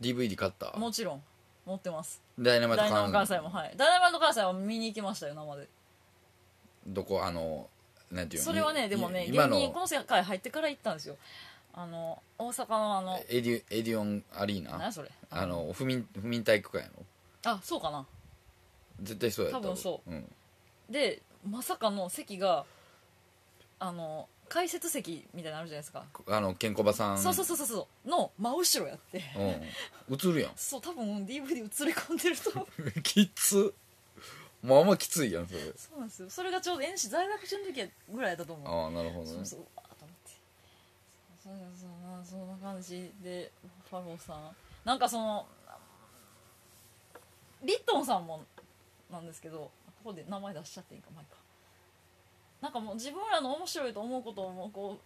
[SPEAKER 1] DVD 買った
[SPEAKER 2] んもちろん持ってます
[SPEAKER 1] ダイナマイト
[SPEAKER 2] ダイナマイト関
[SPEAKER 1] 関
[SPEAKER 2] 西もはいダイナマイト関西は見に行きましたよ生で
[SPEAKER 1] どこあのなんていうの
[SPEAKER 2] それはね
[SPEAKER 1] い
[SPEAKER 2] でもね芸
[SPEAKER 1] 今の
[SPEAKER 2] 人この世界入ってから行ったんですよあの大阪のあの
[SPEAKER 1] エディエディオンアリー
[SPEAKER 2] 何や
[SPEAKER 1] ナ
[SPEAKER 2] それ
[SPEAKER 1] あの不眠不眠体育館やろ
[SPEAKER 2] あそうかな
[SPEAKER 1] 絶対そうやった、
[SPEAKER 2] 多分そう
[SPEAKER 1] ん、
[SPEAKER 2] でまさかの席があの解説席みたいなのあるじゃないですか、
[SPEAKER 1] あのケンコバさん
[SPEAKER 2] そうそうそうそうそうの真後ろやって
[SPEAKER 1] うん映るやん
[SPEAKER 2] そう多分 DVD 映り込んでると 思う
[SPEAKER 1] きつまあまあきついやんそれ
[SPEAKER 2] そうなんですよそれがちょうど NC 在学中の時やぐらいだと思う
[SPEAKER 1] ああなるほど
[SPEAKER 2] そ
[SPEAKER 1] ね
[SPEAKER 2] うそううわーと思ってそうそうそうそんな感じでファローさんなんかそのリットンさんもなんですけどここで名前出しちゃっていいんか前かなんかもう自分らの面白いと思うことをもうこ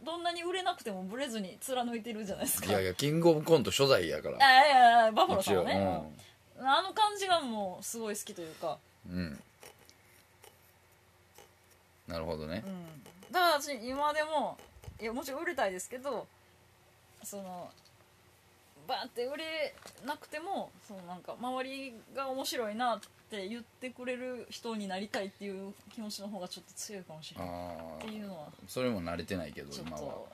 [SPEAKER 2] うどんなに売れなくてもブレずに貫いてるじゃないですか
[SPEAKER 1] いやいやキングオブコント初代やから
[SPEAKER 2] あいやいやいやバファローさんは
[SPEAKER 1] 一
[SPEAKER 2] ね、あの感じがもうすごい好きというか
[SPEAKER 1] 応うん、うんなるほどね
[SPEAKER 2] うん、だから私今でもいやもちろん売れたいですけどそのバーって売れなくてもそのなんか周りが面白いなって言ってくれる人になりたいっていう気持ちの方がちょっと強いかもしれ
[SPEAKER 1] あ
[SPEAKER 2] ない
[SPEAKER 1] あ
[SPEAKER 2] っていうのは
[SPEAKER 1] それも慣れてないけど
[SPEAKER 2] ちょっ
[SPEAKER 1] 今は
[SPEAKER 2] と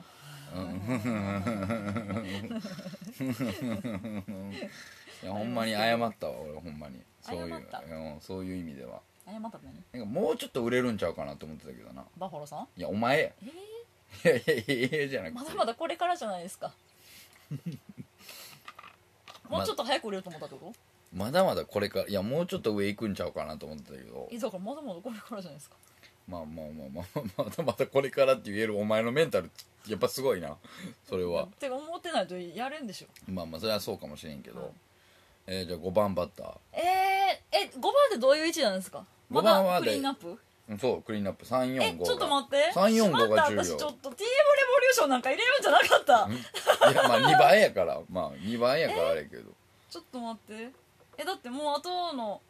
[SPEAKER 1] いやほんまに謝ったわ俺ほんまにそういう
[SPEAKER 2] 謝った
[SPEAKER 1] うんそういう意味では
[SPEAKER 2] 謝ったって何
[SPEAKER 1] なんかもうちょっと売れるんちゃうかなと思ってたけどな
[SPEAKER 2] バッファローさん
[SPEAKER 1] いやお前や
[SPEAKER 2] え
[SPEAKER 1] いやいやいやいやじゃな
[SPEAKER 2] ー
[SPEAKER 1] く
[SPEAKER 2] まだ
[SPEAKER 1] て
[SPEAKER 2] まだこれからじゃないで すかもうちょっと早く売れると思ったってこと
[SPEAKER 1] まだまだこれからいやもうちょっと上行くんちゃうかなと思ってたけど
[SPEAKER 2] えだからまだまだこれからじゃないですか
[SPEAKER 1] まあまあまあ まあまあまだまだこれからって言えるお前のメンタルやっぱすごいなそれは
[SPEAKER 2] って思ってないとやれんでしょ
[SPEAKER 1] まあまあそれはそうかもしれんけど、
[SPEAKER 2] はい
[SPEAKER 1] えーじゃあ5番バッター
[SPEAKER 2] えー、え5番ってどういう位置なんですかま
[SPEAKER 1] 五番は
[SPEAKER 2] だ
[SPEAKER 1] ね
[SPEAKER 2] クリーンアップ
[SPEAKER 1] うんそうクリーンアップ345
[SPEAKER 2] えちょっと待って
[SPEAKER 1] 345が
[SPEAKER 2] しまった私ちょっ
[SPEAKER 1] 重
[SPEAKER 2] と TM レボリューションなんか入れるんじゃなかった
[SPEAKER 1] 要いやまあ2倍やからまあ2倍やからあれやけど、
[SPEAKER 2] ちょっと待ってえだってもう後の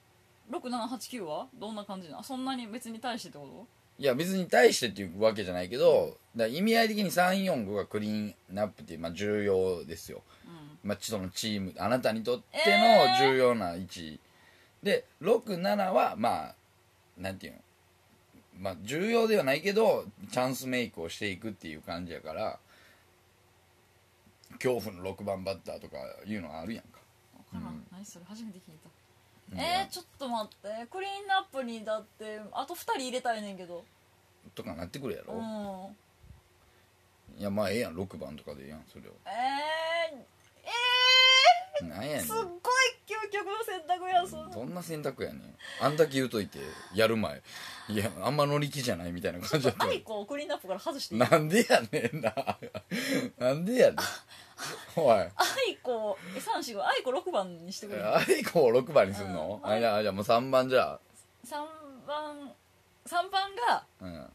[SPEAKER 2] 6789はどんな感じなのそんなに別に対してってこ
[SPEAKER 1] いや別に対してっていうわけじゃないけどだから意味合い的に345がクリーンアップっていう、まあ、重要ですよ、
[SPEAKER 2] とうん
[SPEAKER 1] まあ、そのチームあなたにとって
[SPEAKER 2] えー
[SPEAKER 1] の重要な位置、で67はまあなんていうのまあ重要ではないけどチャンスメイクをしていくっていう感じやから恐怖の6番バッターとかいうのはあるやんか
[SPEAKER 2] 分からん、
[SPEAKER 1] うん
[SPEAKER 2] 何それ初めて聞いた
[SPEAKER 1] う
[SPEAKER 2] えー、
[SPEAKER 1] ん
[SPEAKER 2] ちょっと待ってクリーンアップにだってあと2人入れたいねんけど
[SPEAKER 1] とかなってくるや
[SPEAKER 2] う
[SPEAKER 1] ろ、
[SPEAKER 2] ん
[SPEAKER 1] いやまあええやん6番とかでええやんそれを
[SPEAKER 2] えー、え
[SPEAKER 1] なんやね
[SPEAKER 2] ー、すっ
[SPEAKER 1] ん
[SPEAKER 2] ごい究極の選択やそんな
[SPEAKER 1] どんな選択やねんあんだけ言うといてやる前いやあんま乗り気じゃないみたいな感じだった
[SPEAKER 2] アイコをクリーンアップから外していいア
[SPEAKER 1] なんでやねんな なんでやねんおい
[SPEAKER 2] イコえ三四五アイコ6番にしてくれ
[SPEAKER 1] アイコを6番にすんの、
[SPEAKER 2] うん
[SPEAKER 1] あじゃあじゃあもう3番じゃ
[SPEAKER 2] 三番三番が
[SPEAKER 1] あうん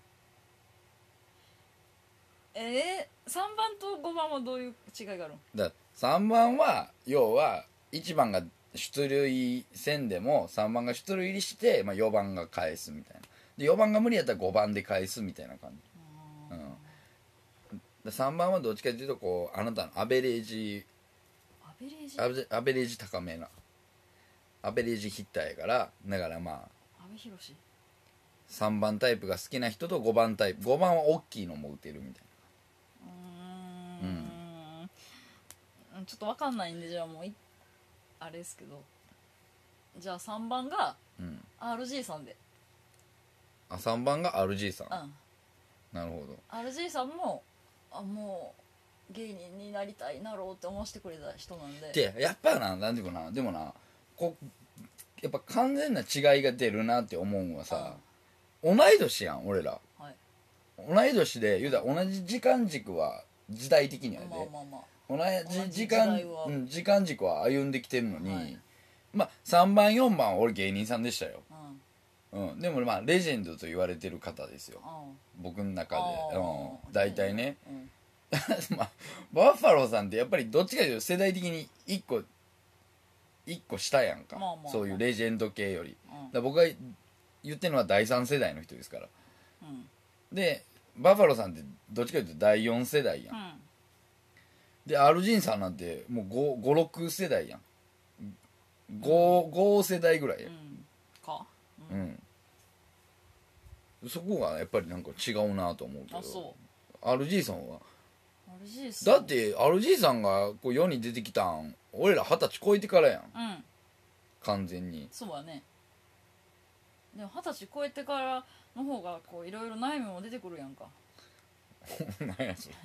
[SPEAKER 2] えー、3番と5番はどういう違いがあるの
[SPEAKER 1] だ3番は要は1番が出塁せんでも3番が出塁入りして、まあ、4番が返すみたいなで4番が無理やったら5番で返すみたいな感じうんで3番はどっちかっていうとこうあなたのアベレージ
[SPEAKER 2] アベレージ
[SPEAKER 1] アベ
[SPEAKER 2] 阿
[SPEAKER 1] アベレージ高めなアベレージヒッターやからだからまあ
[SPEAKER 2] 部寛
[SPEAKER 1] 3番タイプが好きな人と5番タイプ5番は大きいのも打てるみたいう
[SPEAKER 2] ーんうんちょっとわかんないんでじゃあもういあれですけどじゃあ3番が
[SPEAKER 1] な、うん、
[SPEAKER 2] RG さんで
[SPEAKER 1] あ3番が RG さん
[SPEAKER 2] うん
[SPEAKER 1] なるほど
[SPEAKER 2] RG さんもあもう芸人になりたいなろうって思わせてくれた人なんで
[SPEAKER 1] でやっぱな何ていうかなでもなこうやっぱ完全な違いが出るなって思うのはさ、同い年やん俺ら
[SPEAKER 2] うんはい
[SPEAKER 1] 同い年で言うたら同じ時間軸は時代的には
[SPEAKER 2] ま
[SPEAKER 1] ね、
[SPEAKER 2] あまあまあ
[SPEAKER 1] 同
[SPEAKER 2] 同
[SPEAKER 1] じ
[SPEAKER 2] じ時
[SPEAKER 1] 時
[SPEAKER 2] 代
[SPEAKER 1] 間
[SPEAKER 2] は
[SPEAKER 1] うん、時間軸は歩んできてるのに、
[SPEAKER 2] はい
[SPEAKER 1] まあ3番4番は俺芸人さんでしたよ、
[SPEAKER 2] うん
[SPEAKER 1] うん、でもまあレジェンドと言われてる方ですよ
[SPEAKER 2] うん
[SPEAKER 1] 僕の中で
[SPEAKER 2] あ、ー
[SPEAKER 1] うん、大体ね、
[SPEAKER 2] うん
[SPEAKER 1] まあ、バッファローさんってやっぱりどっちかというと世代的に1個一個下やんか、
[SPEAKER 2] まあまあまあ
[SPEAKER 1] そういうレジェンド系より
[SPEAKER 2] うん
[SPEAKER 1] だから僕が言ってるのは第3世代の人ですから
[SPEAKER 2] うん
[SPEAKER 1] でバッファローさんってどっちかというと第4世代やん、
[SPEAKER 2] うん
[SPEAKER 1] でアルジンさんなんてもう56世代やん55世代ぐらいや
[SPEAKER 2] うんか
[SPEAKER 1] うん、そこがやっぱりなんか違うなと思うけど
[SPEAKER 2] あそう
[SPEAKER 1] RG さんは
[SPEAKER 2] RG さん
[SPEAKER 1] だって RG さんがこう世に出てきたん俺ら二十歳超えてからやん
[SPEAKER 2] うん
[SPEAKER 1] 完全に
[SPEAKER 2] そうやねでも二十歳超えてからの方がこういろいろ悩みも出てくるやんか
[SPEAKER 1] 何やそれ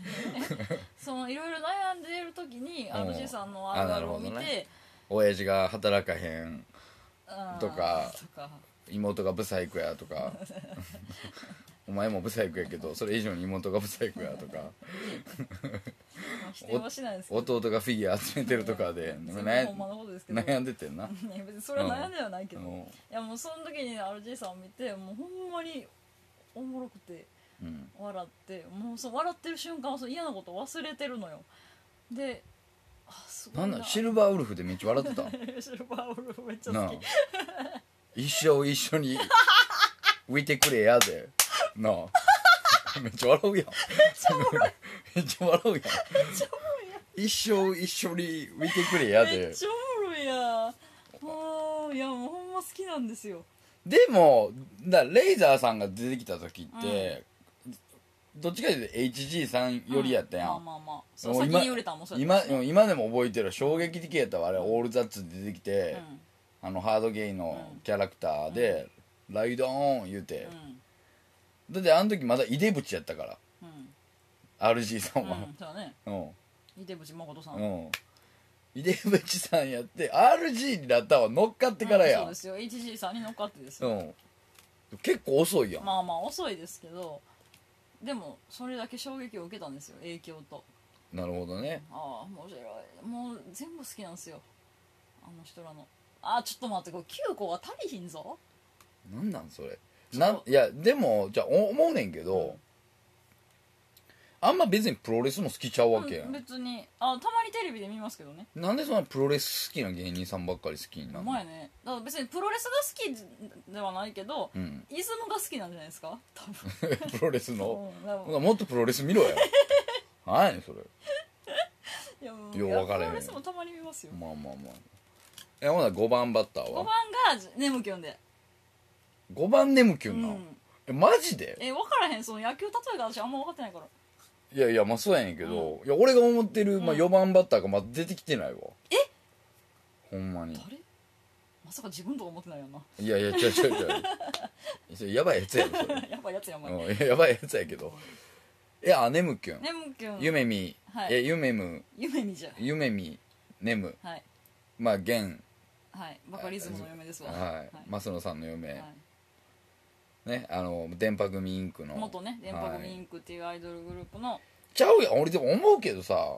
[SPEAKER 2] そのいろいろ悩んでる時に
[SPEAKER 1] うん
[SPEAKER 2] RG さんのあるあるを見
[SPEAKER 1] あなるほど
[SPEAKER 2] て
[SPEAKER 1] ね親父が働かへん
[SPEAKER 2] うん
[SPEAKER 1] とか
[SPEAKER 2] とか
[SPEAKER 1] 妹がブサイクやとか お前もブサイクやけどそれ以上に妹がブサイクやとか
[SPEAKER 2] まあ否定はしないですけど
[SPEAKER 1] 弟がフィギュア集めてるとかで
[SPEAKER 2] うんそれ
[SPEAKER 1] 悩
[SPEAKER 2] もほんまのことですけど
[SPEAKER 1] 悩んでてんな
[SPEAKER 2] いや別にそれは悩んではないけ
[SPEAKER 1] う
[SPEAKER 2] ど、い
[SPEAKER 1] ん
[SPEAKER 2] やもうその時に RG さんを見てもうほんまにおもろくて
[SPEAKER 1] うん
[SPEAKER 2] 笑ってもうそう笑ってる瞬間はそう嫌なこと忘れてるのよであすご
[SPEAKER 1] ないん
[SPEAKER 2] な
[SPEAKER 1] だシルバーウルフでめっちゃ笑ってた
[SPEAKER 2] シルバーウルフめっちゃ
[SPEAKER 1] なあ
[SPEAKER 2] 好き
[SPEAKER 1] 一生一緒に浮いてくれやでなあ めっちゃ 笑うやん めっちゃ笑うやん一生一緒に浮いてくれや
[SPEAKER 2] め
[SPEAKER 1] で
[SPEAKER 2] っちゃおもろいやもういやもうほんま好きなんですよ
[SPEAKER 1] でもだレイザーさんが出てきた時って、どっちかというと HG さんよりやったやん、
[SPEAKER 2] まあまあまあそう
[SPEAKER 1] もう
[SPEAKER 2] 先
[SPEAKER 1] 今
[SPEAKER 2] に売れたんもそうや
[SPEAKER 1] 今うん今でも覚えてる衝撃的やったわあれオールザッツで出てき
[SPEAKER 2] う
[SPEAKER 1] て、
[SPEAKER 2] ん
[SPEAKER 1] あのハードゲイのキャラクターで「ライドオン」言うて、だってあの時まだ井出淵やったから
[SPEAKER 2] うん
[SPEAKER 1] RG さ
[SPEAKER 2] うんんう
[SPEAKER 1] は
[SPEAKER 2] んそうだね
[SPEAKER 1] うん
[SPEAKER 2] 井手淵誠さん
[SPEAKER 1] うん井出淵さんやって RG になったわ乗っかってからや
[SPEAKER 2] うんんそうですよ HG さんに乗っかってです
[SPEAKER 1] う
[SPEAKER 2] よ
[SPEAKER 1] ん結構遅いやん、
[SPEAKER 2] まあまあ遅いですけどでもそれだけ衝撃を受けたんですよ影響と
[SPEAKER 1] なるほどね
[SPEAKER 2] ああ面白いもう全部好きなんですよあの人らのあーちょっと待ってこれ9個は足りひんぞ
[SPEAKER 1] なんなんそれなんいやでもじゃあお思うねんけど、あんま別にプロレスも好きちゃうわけや
[SPEAKER 2] うん
[SPEAKER 1] ん、
[SPEAKER 2] 別にあたまにテレビで見ますけどね
[SPEAKER 1] なんでそんなプロレス好きな芸人さんばっかり好きにな
[SPEAKER 2] う
[SPEAKER 1] る
[SPEAKER 2] ま
[SPEAKER 1] の
[SPEAKER 2] いねだから別にプロレスが好きではないけど、
[SPEAKER 1] うん
[SPEAKER 2] イズムが好きなんじゃないですか多分
[SPEAKER 1] プロレスの
[SPEAKER 2] うんだか
[SPEAKER 1] ほ
[SPEAKER 2] ら
[SPEAKER 1] なもっとプロレス見ろ よ何やねんそれ
[SPEAKER 2] いやもう
[SPEAKER 1] よう分からへん
[SPEAKER 2] いやプロレスもたまに見ますよ
[SPEAKER 1] まあまあまあえほな5番バッター
[SPEAKER 2] 5
[SPEAKER 1] は
[SPEAKER 2] 番が眠気読んで
[SPEAKER 1] 5番眠きゅ
[SPEAKER 2] うん
[SPEAKER 1] な、
[SPEAKER 2] ん
[SPEAKER 1] えマジで
[SPEAKER 2] え分からへんその野球例えが私あんま分かってないから
[SPEAKER 1] いやいやまあそうやねんけど、いや俺が思ってる、まあ、
[SPEAKER 2] うん
[SPEAKER 1] 4番バッターがまだ出てきてないわえほんまに
[SPEAKER 2] 誰まさか自分とか思ってないよ な
[SPEAKER 1] いやいや違う違う違う それやばいやつやんそれ
[SPEAKER 2] やっぱやつやばい、
[SPEAKER 1] うんいややばいやつやけどいやねむきゅん
[SPEAKER 2] 眠気読んで
[SPEAKER 1] ゆめみ
[SPEAKER 2] はい
[SPEAKER 1] えゆめむ
[SPEAKER 2] 夢見じゃん
[SPEAKER 1] ゆめみねむ
[SPEAKER 2] はい
[SPEAKER 1] まあげん
[SPEAKER 2] はいバカリズムの嫁ですわ
[SPEAKER 1] はい
[SPEAKER 2] は
[SPEAKER 1] 増野さんの
[SPEAKER 2] い
[SPEAKER 1] 嫁ねあの電波組インクの
[SPEAKER 2] 元ね電波組イ
[SPEAKER 1] はい
[SPEAKER 2] ンクっていうアイドルグループの
[SPEAKER 1] ちゃうやん俺でも思うけどさ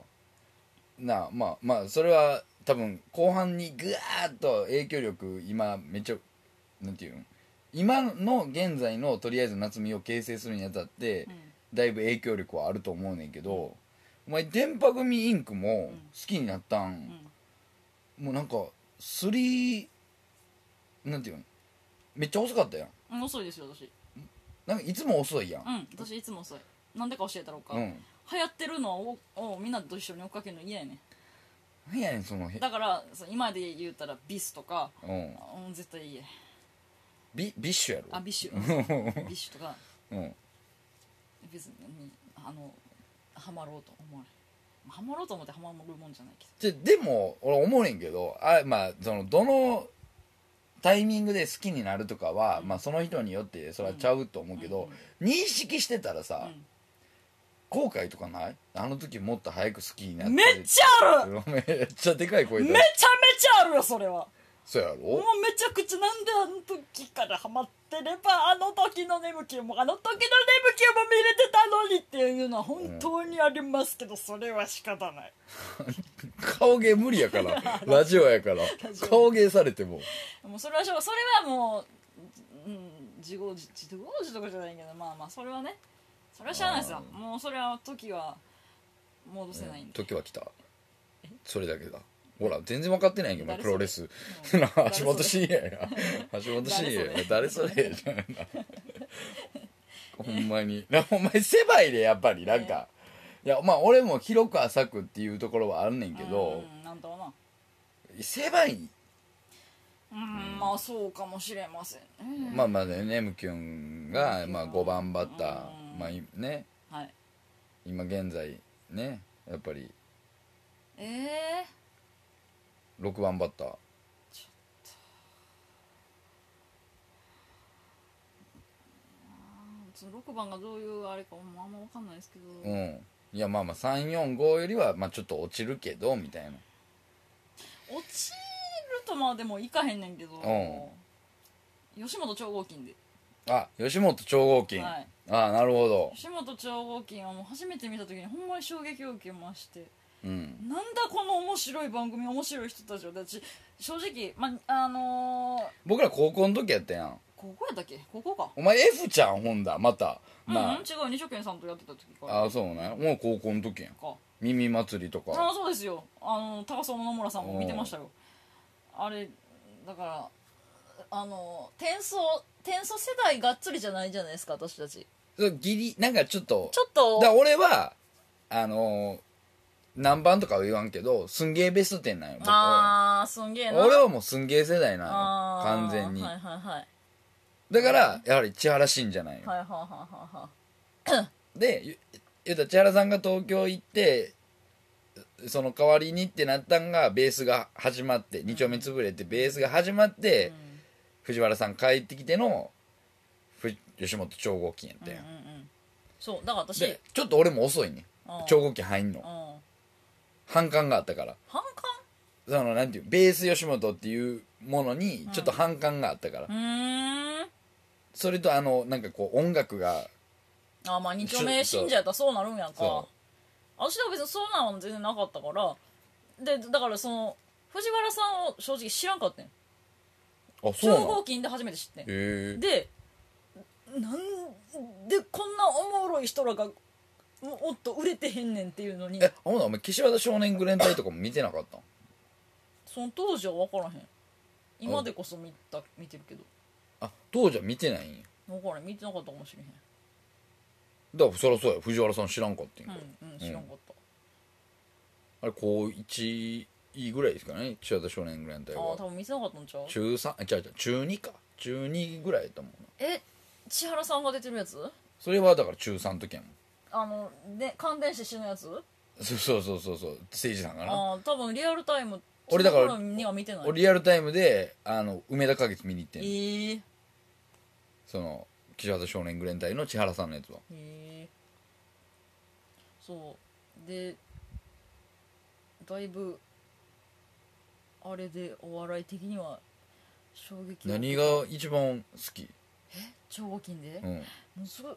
[SPEAKER 1] なあまあまあそれは多分後半にぐわーっと影響力今めっちゃなんていうん今の現在のとりあえず夏美を形成するにあたって、
[SPEAKER 2] うん
[SPEAKER 1] だいぶ影響力はあると思うねんけど、お前電波組インクも
[SPEAKER 2] うん
[SPEAKER 1] 好きになったん、
[SPEAKER 2] うん
[SPEAKER 1] もうなんか3なんていうんめっちゃ遅かったやん
[SPEAKER 2] うん遅いですよ私
[SPEAKER 1] なんかいつも遅いやん
[SPEAKER 2] うん私いつも遅いなんでか教えたろうか
[SPEAKER 1] うん、
[SPEAKER 2] 流行ってるのををみんなと一緒に追っかけるの嫌やね
[SPEAKER 1] なんやねんそのへ
[SPEAKER 2] だからそう今で言うたらビスとか
[SPEAKER 1] うん
[SPEAKER 2] うん絶対嫌や
[SPEAKER 1] ビビッシュやろ
[SPEAKER 2] あビッシュビッシュとか
[SPEAKER 1] うん
[SPEAKER 2] 別にあのハマろうと思わないハマろうと思ってハマるもんじゃないけ
[SPEAKER 1] ででも俺思うねんけどあまあそのどのタイミングで好きになるとかは、まあ、その人によってそれはちゃうと思うけど、認識してたら
[SPEAKER 2] ど、
[SPEAKER 1] さ、
[SPEAKER 2] うん
[SPEAKER 1] 後悔とかないあの時もっと早く好きになった
[SPEAKER 2] めっちゃある
[SPEAKER 1] ゃめっちゃでかい声
[SPEAKER 2] めちゃ
[SPEAKER 1] 出
[SPEAKER 2] め
[SPEAKER 1] し
[SPEAKER 2] ちゃあるよそれは
[SPEAKER 1] そうや
[SPEAKER 2] もう
[SPEAKER 1] ろ
[SPEAKER 2] めちゃくちゃなんであの時からハマってればあの時の眠気もあの時の眠気も見れてたのにっていうのは本当にありますけど、それは仕方ない
[SPEAKER 1] 顔芸無理やから ラジオやから
[SPEAKER 2] ジオ
[SPEAKER 1] 顔芸されても
[SPEAKER 2] もうそれはしょうそれはもう、うん、自業自自業自得じゃないけどまあまあそれはねそれはしゃあないですよ
[SPEAKER 1] あー
[SPEAKER 2] もうそれは時は戻せないんで、
[SPEAKER 1] 時は来たそれだけだほら全然分かってないんやけどプ
[SPEAKER 2] 誰それ
[SPEAKER 1] ロレス
[SPEAKER 2] う
[SPEAKER 1] 橋
[SPEAKER 2] ん
[SPEAKER 1] 本真也や橋本真也や誰
[SPEAKER 2] 誰
[SPEAKER 1] そ
[SPEAKER 2] そ
[SPEAKER 1] れじゃないなほんまになお前狭いでやっぱりなんかいやまあ俺も広く浅くっていうところはあんねんけど
[SPEAKER 2] うんなんともな
[SPEAKER 1] 狭い
[SPEAKER 2] うん、まあそうかもしれませんね
[SPEAKER 1] まあまあねねむきゅんがまあ5番バッター
[SPEAKER 2] うん
[SPEAKER 1] まあいね
[SPEAKER 2] はい
[SPEAKER 1] 今現在ねやっぱり
[SPEAKER 2] ええ
[SPEAKER 1] 6番バッター
[SPEAKER 2] ー、その6番がどういうあれかもあんま分かんないですけど、
[SPEAKER 1] うんいやまあまあ345よりはまあちょっと落ちるけどみたいな
[SPEAKER 2] 落ちるとまあでもいかへんねんけど、吉本超合金で
[SPEAKER 1] あ吉本超合金、
[SPEAKER 2] はい
[SPEAKER 1] ああなるほど
[SPEAKER 2] 吉本超合金はもう初めて見た時にほんまに衝撃を受けまして
[SPEAKER 1] うん
[SPEAKER 2] なんだこの面白い番組面白い人たちをだって正直まああのー、
[SPEAKER 1] 僕ら高校の時やったやん
[SPEAKER 2] ここやったっけここか
[SPEAKER 1] お前 F ちゃんほんだまた
[SPEAKER 2] うん、
[SPEAKER 1] な
[SPEAKER 2] うん、違う二所軒さんとやってた時か
[SPEAKER 1] ああそうねもう高校の時やん
[SPEAKER 2] か
[SPEAKER 1] 耳祭りと
[SPEAKER 2] あ
[SPEAKER 1] か
[SPEAKER 2] そうですよあの高層野村さんも見てましたよあれだからあの転送転送世代がっつりじゃないじゃないですか私たち
[SPEAKER 1] そうギリなんかちょっと
[SPEAKER 2] ちょっと
[SPEAKER 1] だから俺はあのー、何番とかは言わんけどすんげえベスト10なんよ僕は
[SPEAKER 2] ああすんげえな
[SPEAKER 1] 俺はもうすんげえ世代なんよ
[SPEAKER 2] あー
[SPEAKER 1] 完全に、
[SPEAKER 2] はいはいはい
[SPEAKER 1] だからやはり千原信者なんよ、
[SPEAKER 2] はいはいはいはいは
[SPEAKER 1] でゆ言うたら千原さんが東京行ってその代わりにってなったんがベースが始まって2丁目潰れてベースが始まっ
[SPEAKER 2] い
[SPEAKER 1] て、
[SPEAKER 2] うん
[SPEAKER 1] 藤原さん帰ってきてのふ吉本超合金やった
[SPEAKER 2] うん
[SPEAKER 1] やん、
[SPEAKER 2] うんうんそうだから私
[SPEAKER 1] でちょっと俺も遅いね
[SPEAKER 2] うん
[SPEAKER 1] 超合金入んの
[SPEAKER 2] うん
[SPEAKER 1] 反感があったから
[SPEAKER 2] 反
[SPEAKER 1] そのなんていうベース吉本っていうものにちょっと反感があったから、
[SPEAKER 2] 感うーん
[SPEAKER 1] それとあのなんかこう音楽が
[SPEAKER 2] あーまあ二丁目信者やったらそうなるんやんか
[SPEAKER 1] そ
[SPEAKER 2] 私は別にそうなんは全然なかったからでだからその藤原さんを正直知らんかったん
[SPEAKER 1] あそう
[SPEAKER 2] 超
[SPEAKER 1] な
[SPEAKER 2] 合
[SPEAKER 1] の
[SPEAKER 2] 金で初めて知ってん
[SPEAKER 1] へえ
[SPEAKER 2] でなんでこんなおもろい人らがもおっと売れてへんねんっていうのに
[SPEAKER 1] えほなお前岸和田少年グ連隊とかも見てなかったん
[SPEAKER 2] その当時は分からへん今でこそ見た見てるけど
[SPEAKER 1] あ当時は見てないんや
[SPEAKER 2] 分からへん見てなかったかもしれへ
[SPEAKER 1] だからそりゃそうや藤原さん知らんかったんや
[SPEAKER 2] んうんうん知らんかっ
[SPEAKER 1] あ
[SPEAKER 2] た、
[SPEAKER 1] れ高1位ぐらいですかね岸和田少年グ連隊
[SPEAKER 2] ああ
[SPEAKER 1] は
[SPEAKER 2] 多分見てなかったんちゃう
[SPEAKER 1] 中3あ違う違う中2か中2ぐらいやったもんな
[SPEAKER 2] え千原さんが出てるやつ
[SPEAKER 1] それはだから中3の時やもん
[SPEAKER 2] あので感電して死ぬやつ
[SPEAKER 1] そうそうそうそうそう誠治さんかな
[SPEAKER 2] ああ多分リアルタイム
[SPEAKER 1] 俺だから
[SPEAKER 2] その頃には見てない
[SPEAKER 1] 俺リアルタイムであの梅田花月見に行ってん
[SPEAKER 2] え
[SPEAKER 1] の
[SPEAKER 2] ー、
[SPEAKER 1] その岸和田少年グレン隊の千原さんのやつは
[SPEAKER 2] へえそうでだいぶあれでお笑い的には衝撃を
[SPEAKER 1] 何が一番好き、
[SPEAKER 2] 超合金で、
[SPEAKER 1] うん、
[SPEAKER 2] もうすごい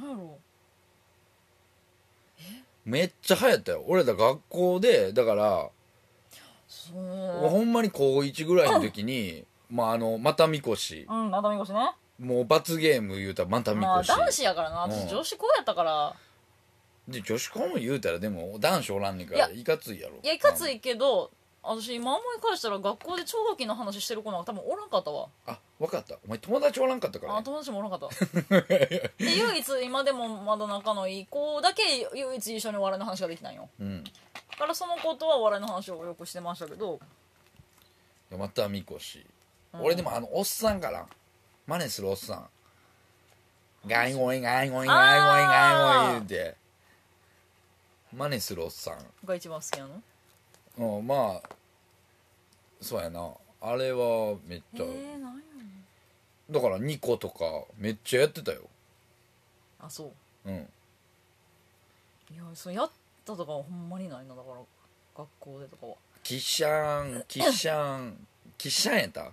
[SPEAKER 2] 何やろ
[SPEAKER 1] めっちゃ流行ったよ俺だ学校でだから、
[SPEAKER 2] そう
[SPEAKER 1] ほんまに高1ぐらいの時に、まああのまたみこし
[SPEAKER 2] うんまたみこしね
[SPEAKER 1] もう罰ゲーム言うたらまたみ
[SPEAKER 2] まあ
[SPEAKER 1] こし、
[SPEAKER 2] 男子やからな
[SPEAKER 1] うん
[SPEAKER 2] 私女子校やったから、
[SPEAKER 1] で女子校も言うたらでも男子おらんねんから
[SPEAKER 2] い
[SPEAKER 1] いかついやろ
[SPEAKER 2] いやいかつ
[SPEAKER 1] い
[SPEAKER 2] いけど私今思い返したら学校で超合金の話してる子なんか多分おらんかったわ
[SPEAKER 1] あ分かったお前友達おらんかったからね、
[SPEAKER 2] あ友達もおらんかった で唯一今でもまだ仲のいい子だけ唯一一緒にお笑いの話ができないよ
[SPEAKER 1] うん
[SPEAKER 2] だからその子とはお笑いの話をよくしてましたけど
[SPEAKER 1] いやまたみこし、
[SPEAKER 2] うん
[SPEAKER 1] 俺でもあのおっさんから真似するおっさんガイゴイガイゴイガイゴイガイゴイ言うて真似するおっさん
[SPEAKER 2] が一番好きなの
[SPEAKER 1] うんまあそうやなあれはめっ
[SPEAKER 2] え
[SPEAKER 1] ちゃ、
[SPEAKER 2] ー、なんやろ
[SPEAKER 1] だからニコとかめっちゃやってたよ
[SPEAKER 2] あそ
[SPEAKER 1] うん
[SPEAKER 2] ういやそのやったとかはほんまにないなだから学校でとかは
[SPEAKER 1] キッシャンキッシャンキッシャンやった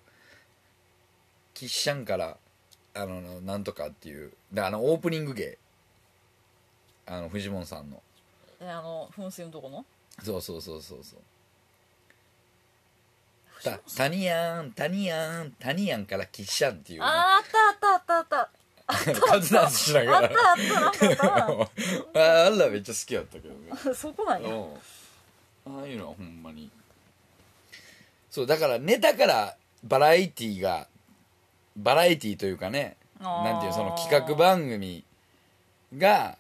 [SPEAKER 1] キッシャンからあのなんとかっていうであのオープニング芸あのフジモンさんの
[SPEAKER 2] えあの噴水のとこの
[SPEAKER 1] そうそうそうそうそうたタニヤンタニヤンタニヤンからキッシャンっていうね
[SPEAKER 2] あーあったあったあったあっ
[SPEAKER 1] カズダンスしな
[SPEAKER 2] た
[SPEAKER 1] が
[SPEAKER 2] あっ
[SPEAKER 1] ら
[SPEAKER 2] たあったなんかあったな
[SPEAKER 1] ああんらめっちゃ好きやったけどね
[SPEAKER 2] そこなんや
[SPEAKER 1] うんああいうのはほんまにそうだからネタからバラエティーがバラエティーというかね
[SPEAKER 2] あー
[SPEAKER 1] なんていうその企画番組が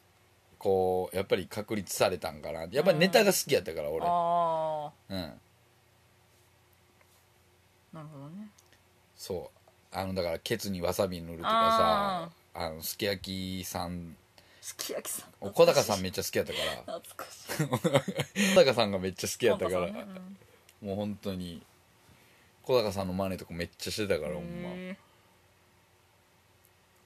[SPEAKER 1] こうやっぱり確立されたんかなやっぱりネタが好きやったから俺
[SPEAKER 2] あ
[SPEAKER 1] うん
[SPEAKER 2] あなるほどね
[SPEAKER 1] そうあのだからケツにわさび塗るとかさあのすき焼きさん
[SPEAKER 2] すき焼きさん
[SPEAKER 1] 小高さんめっちゃ好きやったから
[SPEAKER 2] 懐かし
[SPEAKER 1] 小
[SPEAKER 2] い
[SPEAKER 1] 高さんがめっちゃ好きやったから、
[SPEAKER 2] パパさんねうん
[SPEAKER 1] もう本当に小高さんの真似とかめっちゃしてたからほんま
[SPEAKER 2] へー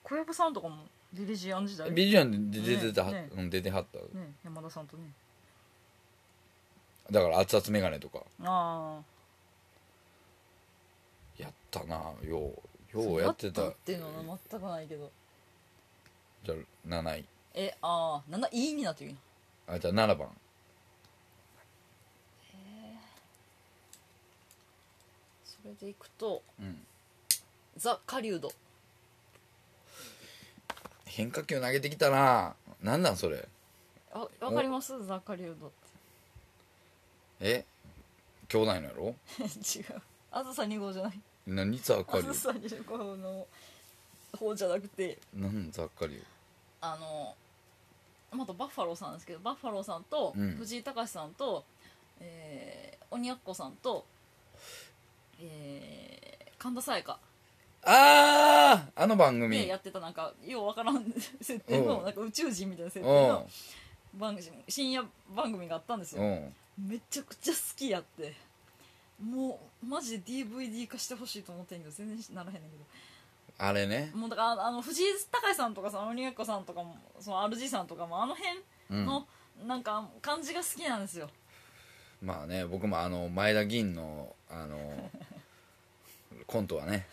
[SPEAKER 2] 小籔さんとかもデリジアン時代ね
[SPEAKER 1] ビジュアンで出てた、
[SPEAKER 2] ね
[SPEAKER 1] うん、出てはった
[SPEAKER 2] 山田さんとね
[SPEAKER 1] だから熱々メガネとか
[SPEAKER 2] あ
[SPEAKER 1] やったなよう
[SPEAKER 2] あ
[SPEAKER 1] ようやってた
[SPEAKER 2] っていうのは全くないけど
[SPEAKER 1] じゃあ7位
[SPEAKER 2] えああなんだいいになってるやん
[SPEAKER 1] あじゃあ7番
[SPEAKER 2] それでいくと
[SPEAKER 1] うん
[SPEAKER 2] ザ・狩人
[SPEAKER 1] 変化球投げてきたななんなんそれ
[SPEAKER 2] あわかりますザ・狩人っ
[SPEAKER 1] え兄弟のやろ
[SPEAKER 2] て 違うあずさ2号じゃない
[SPEAKER 1] 何ざっか
[SPEAKER 2] あ
[SPEAKER 1] り
[SPEAKER 2] ずさ2号の方じゃなくて
[SPEAKER 1] 何ざっかり
[SPEAKER 2] あのまたバッファローさんですけどバッファローさんと
[SPEAKER 1] うん
[SPEAKER 2] 藤井隆さんと、えー、鬼奴さんと、えー、神田沙也加
[SPEAKER 1] あああの番組、
[SPEAKER 2] でやってたなんかようわからん設定
[SPEAKER 1] う
[SPEAKER 2] の
[SPEAKER 1] ん
[SPEAKER 2] なんか宇宙人みたいな設定の
[SPEAKER 1] う
[SPEAKER 2] 番組深夜番組があったんです
[SPEAKER 1] んう
[SPEAKER 2] よ
[SPEAKER 1] ん
[SPEAKER 2] めちゃくちゃ好きやってもうマジで DVD 化してほしいと思ってんけど全然ならへんねんけど
[SPEAKER 1] あれね
[SPEAKER 2] もうだからああの藤井隆さんとかさ鬼奴さんとかもその RG さんとかもあの辺の、なんか感じが好きなんですよ
[SPEAKER 1] まあね僕もあの前田銀のあの コントはね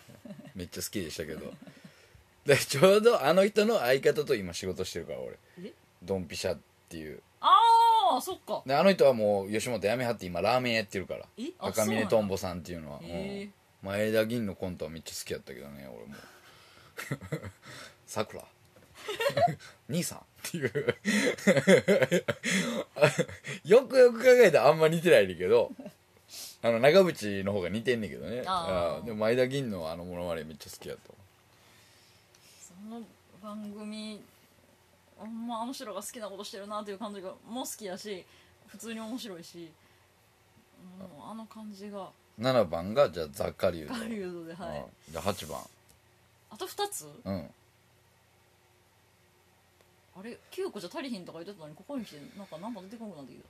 [SPEAKER 1] めっちゃ好きでしたけど でちょうどあの人の相方と今仕事してるから俺
[SPEAKER 2] え
[SPEAKER 1] ドンピシャっていう
[SPEAKER 2] ああそっか
[SPEAKER 1] であの人はもう吉本辞めはって今ラーメン屋やってるから
[SPEAKER 2] えあ
[SPEAKER 1] 赤
[SPEAKER 2] そうなん
[SPEAKER 1] 嶺
[SPEAKER 2] だ
[SPEAKER 1] とんぼさんっていうのは、うん
[SPEAKER 2] へえ
[SPEAKER 1] 前田銀のコントはめっちゃ好き やったけどね俺もさくら 兄さんっていうよくよく考えたらあんま似てないねんけどあの長渕の方が似てんねんけどね
[SPEAKER 2] あー
[SPEAKER 1] あーでも前田銀のあのモノマネめっちゃ好きやと
[SPEAKER 2] その番組ほんまあの人らが好きなことしてるなっていう感じがもう好きやし普通に面白いしもうあの感じが
[SPEAKER 1] 7番がじゃあザ・カリウド
[SPEAKER 2] ガリウドではい
[SPEAKER 1] うんじゃあ8番
[SPEAKER 2] あと2つ
[SPEAKER 1] うん
[SPEAKER 2] あれ9個じゃ足りひんとか言ってたのにここに来てなんか何か出てこなくなってきた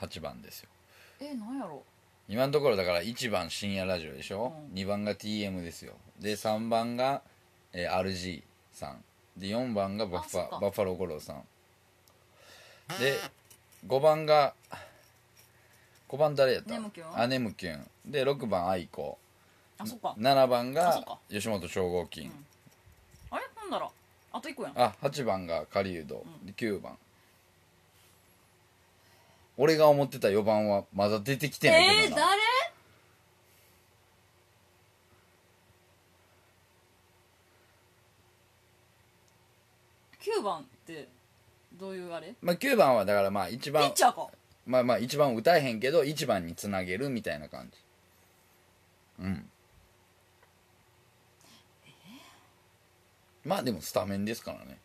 [SPEAKER 1] 8番ですよ
[SPEAKER 2] えなんやろ
[SPEAKER 1] 今のところだから1番深夜ラジオでしょ、
[SPEAKER 2] うん
[SPEAKER 1] 2番が TM ですよで3番が、えー RG さんで4番がバッフ
[SPEAKER 2] あそっ
[SPEAKER 1] ァ
[SPEAKER 2] か
[SPEAKER 1] バッファロー五郎さんで5番が5番誰やった
[SPEAKER 2] ねむきゅん
[SPEAKER 1] あねむきゅんで6番愛子
[SPEAKER 2] あそっか
[SPEAKER 1] 7番
[SPEAKER 2] あそ
[SPEAKER 1] が
[SPEAKER 2] っか
[SPEAKER 1] 吉本超合金、
[SPEAKER 2] んあれなんだらあと1個やん
[SPEAKER 1] あ8番が狩人、で9番俺が思ってた4番はまだ出てきてない
[SPEAKER 2] え
[SPEAKER 1] け
[SPEAKER 2] ー、
[SPEAKER 1] どな、
[SPEAKER 2] 誰九番ってどういうあれ
[SPEAKER 1] まあ、9番はだからまあ一
[SPEAKER 2] ピ
[SPEAKER 1] 番
[SPEAKER 2] ッチャーか
[SPEAKER 1] まあまあ一番歌えへんけど一番につなげるみたいな感じうんまあでもスタメンですからね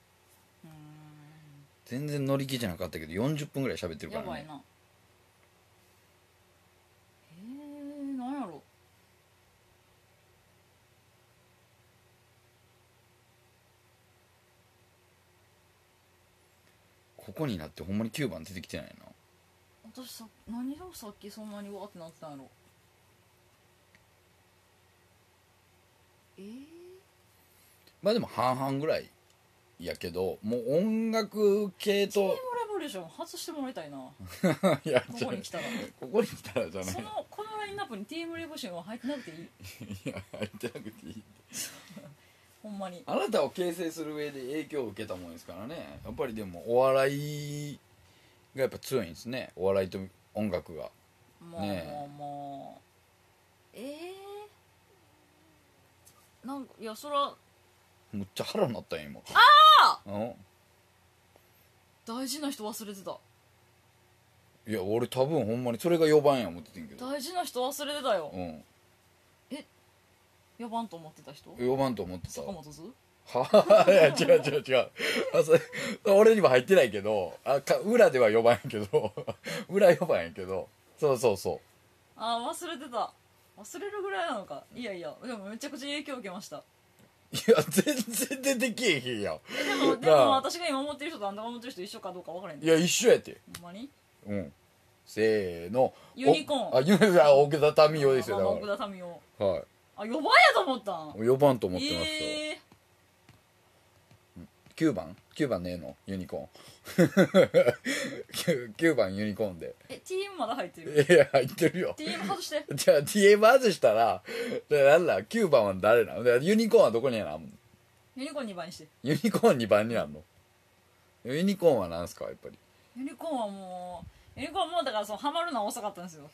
[SPEAKER 1] 全然乗り気じゃなかったけど40分ぐらい喋ってるか
[SPEAKER 2] や
[SPEAKER 1] ら
[SPEAKER 2] ば
[SPEAKER 1] ね
[SPEAKER 2] いなえー、なんやろ
[SPEAKER 1] ここになってほんまに9番出てきてないな
[SPEAKER 2] 私さ何をさっきそんなにわーってなってたんやろえー、
[SPEAKER 1] まあでも半々ぐらいやけどもう音楽系
[SPEAKER 2] チーム
[SPEAKER 1] と
[SPEAKER 2] レボリューション外してもらいたいなこ
[SPEAKER 1] いやちょ
[SPEAKER 2] こに来たら
[SPEAKER 1] ここに来たらじゃない
[SPEAKER 2] そのこのラインナップにティームレボリューションは入ってなくていい
[SPEAKER 1] いや入ってなくていい
[SPEAKER 2] ほんまに
[SPEAKER 1] あなたを形成する上で影響を受けたもんですからねやっぱりでもお笑いがやっぱ強いんですねお笑いと音楽が
[SPEAKER 2] もう、
[SPEAKER 1] ねえ
[SPEAKER 2] もうもうえー、なんかいやそら
[SPEAKER 1] むっちゃ腹になったよ今ああ
[SPEAKER 2] 大事な人忘れてた
[SPEAKER 1] いや俺多分ほんまにそれが4番や思っててんけど、
[SPEAKER 2] 大事な人忘れてたよ
[SPEAKER 1] うん、
[SPEAKER 2] やばんと思ってた人
[SPEAKER 1] 4番と思ってた
[SPEAKER 2] 坂
[SPEAKER 1] わ
[SPEAKER 2] 本図
[SPEAKER 1] はいや違う違う違うあそれ俺にも入ってないけどあか裏では4番やけど 裏4番やけどそうそうそ
[SPEAKER 2] ああ忘れてた忘れるぐらいなのかいやいやでもめちゃくちゃ影響受けました
[SPEAKER 1] ういや全然出てけえへんやん
[SPEAKER 2] えでもで
[SPEAKER 1] なあ
[SPEAKER 2] も私が今思ってる人とあんたが思ってる人一緒かどうか分からへん
[SPEAKER 1] い
[SPEAKER 2] ほ
[SPEAKER 1] や一緒やて
[SPEAKER 2] んまに
[SPEAKER 1] うん。せーの。
[SPEAKER 2] ユニコーン
[SPEAKER 1] おあ、ユニコーン、あ奥田民生ですよ、
[SPEAKER 2] まあまあ
[SPEAKER 1] だか
[SPEAKER 2] 奥田民生
[SPEAKER 1] ら。はい。
[SPEAKER 2] あ4番やと思ったん
[SPEAKER 1] 4番と思ってますよ。
[SPEAKER 2] ええ
[SPEAKER 1] 9番 ?9 番ねえのユニコーン。9番 ユニコーンで。
[SPEAKER 2] え TM まだ入ってる
[SPEAKER 1] いや、入ってるよ。
[SPEAKER 2] TM 外して
[SPEAKER 1] じゃあ、DM 外したら、だからなんだ、9番は誰なのだからユニコーンはどこにあるの
[SPEAKER 2] ユニコーン2番にして
[SPEAKER 1] ユニコーン2番にあるのユニコーンは何すか、やっぱり。
[SPEAKER 2] ユニコーンはもうユニコーンもだからそのハマるのは遅かったんですよ